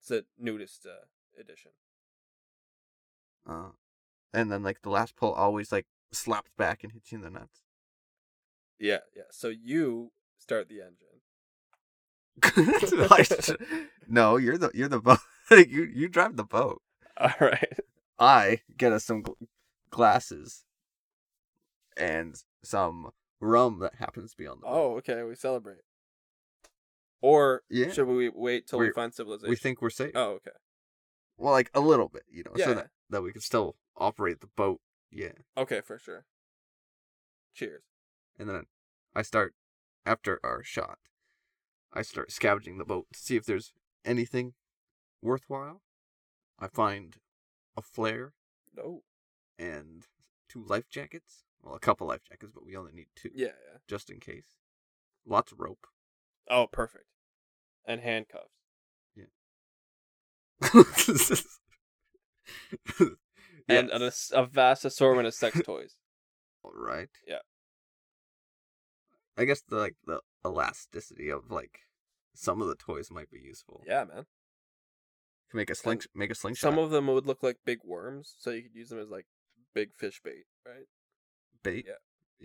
Speaker 2: It's a nudist uh, edition.
Speaker 1: Uh, and then like the last pull always like slaps back and hits you in the nuts.
Speaker 2: Yeah, yeah. So you start the engine.
Speaker 1: I sh- no, you're the you're the boat. you you drive the boat.
Speaker 2: All right.
Speaker 1: I get us some gl- glasses and some rum that happens to be on the boat.
Speaker 2: Oh, okay. We celebrate. Or
Speaker 1: Yeah.
Speaker 2: should we wait till we
Speaker 1: We're-
Speaker 2: find civilization?
Speaker 1: we think we're safe.
Speaker 2: Oh, okay.
Speaker 1: Well, like a little bit, you know,
Speaker 2: Yeah.
Speaker 1: so that, that we can still operate the boat. Yeah.
Speaker 2: Okay, for sure. Cheers.
Speaker 1: And then I start, after our shot, I start scavenging the boat to see if there's anything worthwhile. I find a flare
Speaker 2: No.
Speaker 1: and two life jackets. Well, a couple life jackets, but we only need two
Speaker 2: Yeah, yeah.
Speaker 1: just in case. Lots of rope.
Speaker 2: Oh, perfect. And handcuffs. and
Speaker 1: Yes.
Speaker 2: an ass- a vast assortment of sex toys.
Speaker 1: All right.
Speaker 2: Yeah.
Speaker 1: I guess the like the elasticity of like some of the toys might be useful.
Speaker 2: Yeah, man.
Speaker 1: Can make a sling make a slingshot.
Speaker 2: Some of them would look like big worms, so you could use them as like big fish bait, right?
Speaker 1: bait.
Speaker 2: yeah.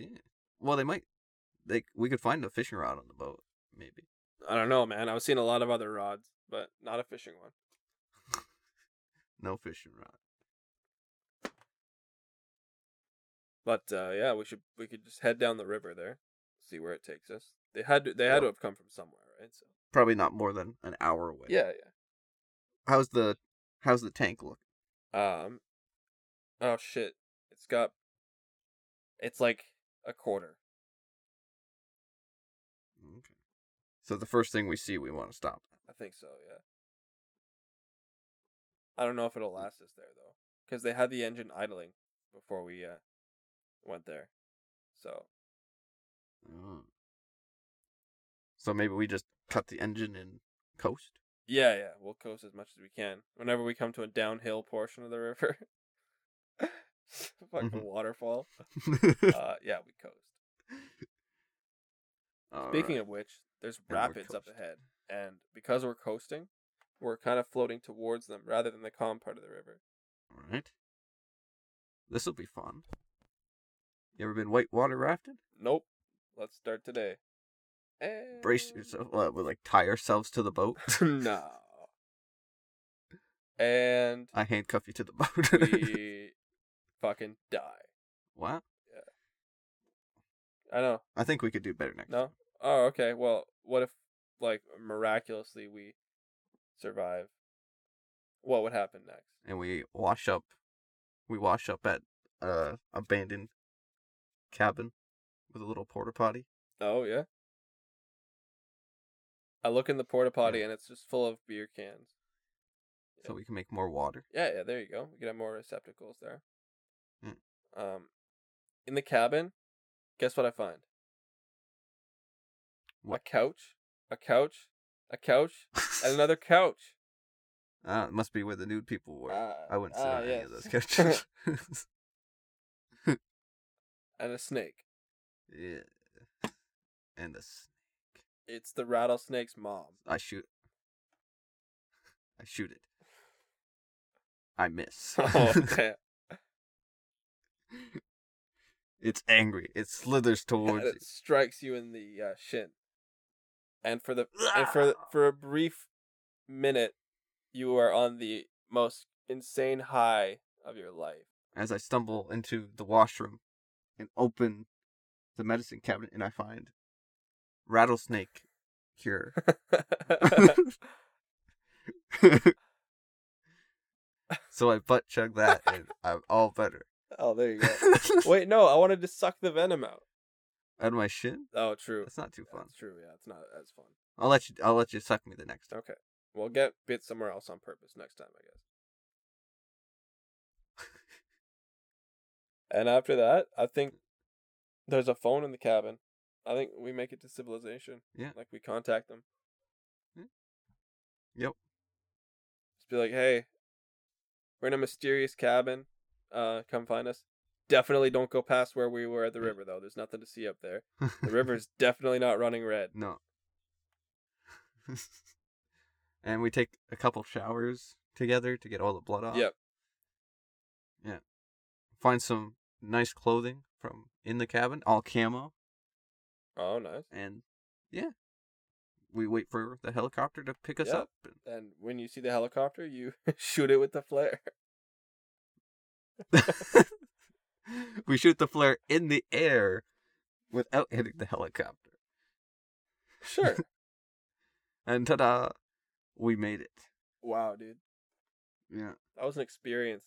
Speaker 1: Yeah. Well, they might. They we could find a fishing rod on the boat, maybe.
Speaker 2: I don't know, man. I was seeing a lot of other rods, but not a fishing one.
Speaker 1: No fishing rod.
Speaker 2: But uh, yeah, we should we could just head down the river there, see where it takes us. They had to, they had to have come from somewhere, right? So
Speaker 1: Probably not more than an hour away.
Speaker 2: yeah, yeah.
Speaker 1: How's the How's the tank look?
Speaker 2: Um, oh shit, it's got, it's like a quarter.
Speaker 1: Okay. So the first thing we see, we want to stop.
Speaker 2: I think so, yeah. I don't know if
Speaker 1: Mm.
Speaker 2: it'll last us there though, because they had the engine idling before we uh, went there. So
Speaker 1: Oh. So maybe we just cut the engine and coast.
Speaker 2: yeah, yeah, we'll coast as much as we can. Whenever we come to a downhill portion of the river, fucking
Speaker 1: Mhm.
Speaker 2: waterfall. Uh, yeah, we coast. Speaking of which, there's
Speaker 1: we're
Speaker 2: rapids up
Speaker 1: coast.
Speaker 2: ahead, and because we're coasting, we're kind of floating towards them rather than the calm part of the river.
Speaker 1: All right. This will be fun. You ever been whitewater rafting?
Speaker 2: Nope. Let's start today.
Speaker 1: Brace
Speaker 2: And-
Speaker 1: yourself. What, we like tie ourselves to the boat.
Speaker 2: no. And
Speaker 1: I handcuff you to the boat.
Speaker 2: we fucking die.
Speaker 1: What?
Speaker 2: I know.
Speaker 1: I think we could do better next.
Speaker 2: No. Oh, okay. Well, what if like miraculously we survive? What would happen next?
Speaker 1: and we wash up. We wash up at uh abandoned cabin with a little porta potty.
Speaker 2: Oh yeah. I look in the porta potty and it's just full of beer cans.
Speaker 1: so we can make more water.
Speaker 2: Yeah, yeah, there you go. We could have more receptacles there.
Speaker 1: Mm.
Speaker 2: Um, in the cabin, guess what I find?
Speaker 1: What?
Speaker 2: A couch, a couch, a couch, and another couch.
Speaker 1: Ah, it must be where the nude people were.
Speaker 2: Ah,
Speaker 1: I wouldn't sit
Speaker 2: ah,
Speaker 1: on any of
Speaker 2: yes.
Speaker 1: those couches.
Speaker 2: And a snake.
Speaker 1: yeah. And this,
Speaker 2: It's the rattlesnake's mom.
Speaker 1: I shoot. I shoot it. I miss.
Speaker 2: Oh, damn.
Speaker 1: it's angry. It slithers
Speaker 2: And
Speaker 1: towards.
Speaker 2: it
Speaker 1: you.
Speaker 2: strikes you in the uh, shin. And for the and for for a brief minute, you are on the most insane high of your life.
Speaker 1: As I stumble into the washroom, and open the medicine cabinet, and I find rattlesnake cure. so I butt chug that, and I'm all better.
Speaker 2: oh, there you go. Wait, no, I wanted to suck the venom out.
Speaker 1: Out of my shin?
Speaker 2: Oh, true.
Speaker 1: That's not too fun.
Speaker 2: That's true. Yeah, it's not as fun.
Speaker 1: I'll let you. I'll let you suck me the next time.
Speaker 2: Okay, we'll get bit somewhere else on purpose next time, I guess. and after that, I think there's a phone in the cabin. I think we make it to civilization.
Speaker 1: Yeah.
Speaker 2: like we contact them.
Speaker 1: Hmm. Yep.
Speaker 2: Just be like, hey, we're in a mysterious cabin. Uh, come find us. Definitely don't go past where we were at the river, though. There's nothing to see up there. The river's definitely not running red.
Speaker 1: no. and we take a couple showers together to get all the blood off.
Speaker 2: Yep.
Speaker 1: Find some nice clothing from in the cabin, all camo,
Speaker 2: Oh, nice.
Speaker 1: and yeah, we wait for the helicopter to pick us
Speaker 2: Yep.
Speaker 1: up. And
Speaker 2: And when you see the helicopter, you shoot it with the flare.
Speaker 1: we shoot the flare in the air without hitting the helicopter.
Speaker 2: Sure.
Speaker 1: And ta da! We made it.
Speaker 2: wow, dude,
Speaker 1: Yeah.
Speaker 2: that was an experience.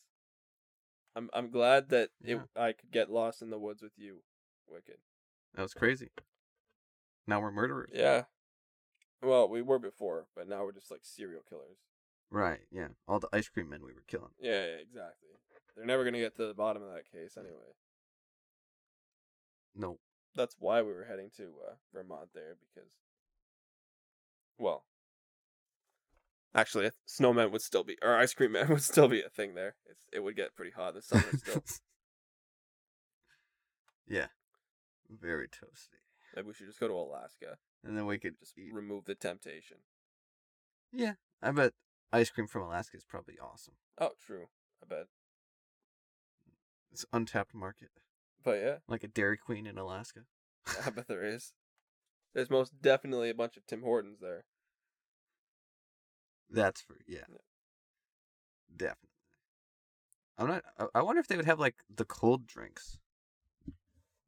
Speaker 2: I'm I'm glad that
Speaker 1: Yeah.
Speaker 2: it I could get lost in the woods with you, Wicked.
Speaker 1: That was crazy. Now we're murderers.
Speaker 2: Yeah. Well, we were before, but now we're just like serial killers.
Speaker 1: Right, yeah. All the ice cream men we were killing.
Speaker 2: Yeah, yeah exactly. They're never gonna get to the bottom of that case anyway.
Speaker 1: No.
Speaker 2: That's why we were heading to uh, Vermont there because, well, actually, snowman would still be or ice cream man would still be a thing there. It's it would get pretty hot in the summer still.
Speaker 1: yeah. Very toasty.
Speaker 2: Maybe we should just go to Alaska.
Speaker 1: And then we could
Speaker 2: Just
Speaker 1: eat.
Speaker 2: remove the temptation.
Speaker 1: Yeah. I bet ice cream from Alaska is probably awesome.
Speaker 2: Oh, true. I bet.
Speaker 1: It's untapped market.
Speaker 2: But yeah,
Speaker 1: Like a Dairy Queen in Alaska.
Speaker 2: I bet there is. There's most definitely a bunch of Tim Hortons there.
Speaker 1: That's for yeah. Definitely. I'm not I- I wonder if they would have like the cold drinks.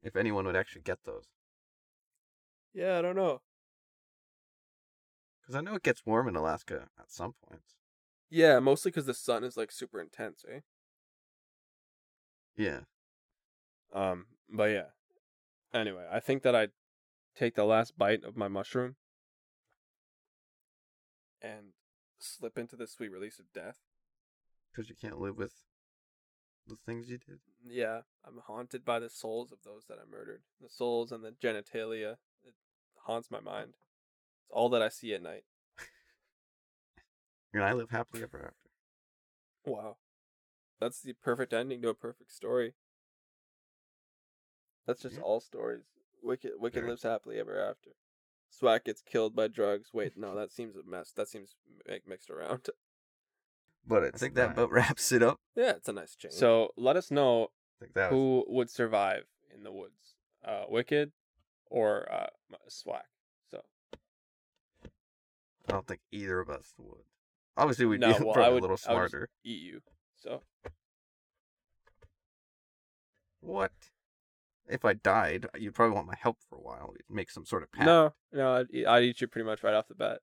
Speaker 1: If anyone would actually get those.
Speaker 2: Yeah, I don't know.
Speaker 1: Because I know it gets warm in Alaska at some points.
Speaker 2: Yeah, mostly because the sun is like super intense, eh?
Speaker 1: Yeah.
Speaker 2: Um, but yeah. Anyway, I think that I take the last bite of my mushroom and slip into the sweet release of death.
Speaker 1: Because you can't live with the things you did.
Speaker 2: Yeah, I'm haunted by the souls of those that I murdered. The souls and the genitalia. It haunts my mind. It's all that I see at night.
Speaker 1: And I live happily ever after.
Speaker 2: Wow. That's the perfect ending to a perfect story. That's just
Speaker 1: Yeah.
Speaker 2: all stories. Wicked Wicked
Speaker 1: Sure.
Speaker 2: lives happily ever after. Swat gets killed by drugs. Wait, no, that seems a mess. That seems mi- mixed around.
Speaker 1: But I
Speaker 3: That's
Speaker 1: think that
Speaker 3: fine.
Speaker 1: about wraps it up.
Speaker 2: Yeah, it's a nice change.
Speaker 1: So,
Speaker 2: So let us know
Speaker 1: I think that was
Speaker 2: who would survive in the woods, uh, Wicked or uh, M- Swag. So
Speaker 1: I don't think either of us would. Obviously we'd
Speaker 2: No,
Speaker 1: be
Speaker 2: well, I
Speaker 1: probably
Speaker 2: would-
Speaker 1: a little
Speaker 2: I would just-
Speaker 1: smarter.
Speaker 2: eat you. So
Speaker 1: What? If I died, you'd probably want my help for a while. We'd make some sort of pact.
Speaker 2: No, no, I'd, eat- I'd eat you pretty much right off the bat.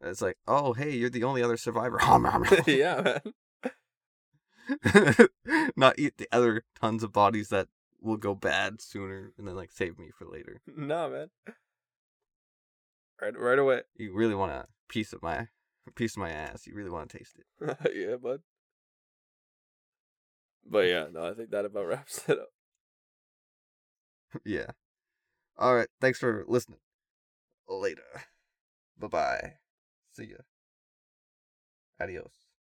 Speaker 1: It's like, oh, hey, you're the only other survivor. Hum, hum,
Speaker 2: yeah, man.
Speaker 1: hum. Not eat the other tons of bodies that will go bad sooner and then, like, save me for later.
Speaker 2: No, man. Right, right away.
Speaker 1: You really want a piece of my a piece of my ass. You really want to taste it.
Speaker 2: yeah, bud. But yeah, no, I think that about wraps it up.
Speaker 1: yeah. All right. Thanks for listening. Later. Bye bye. See ya. Adios.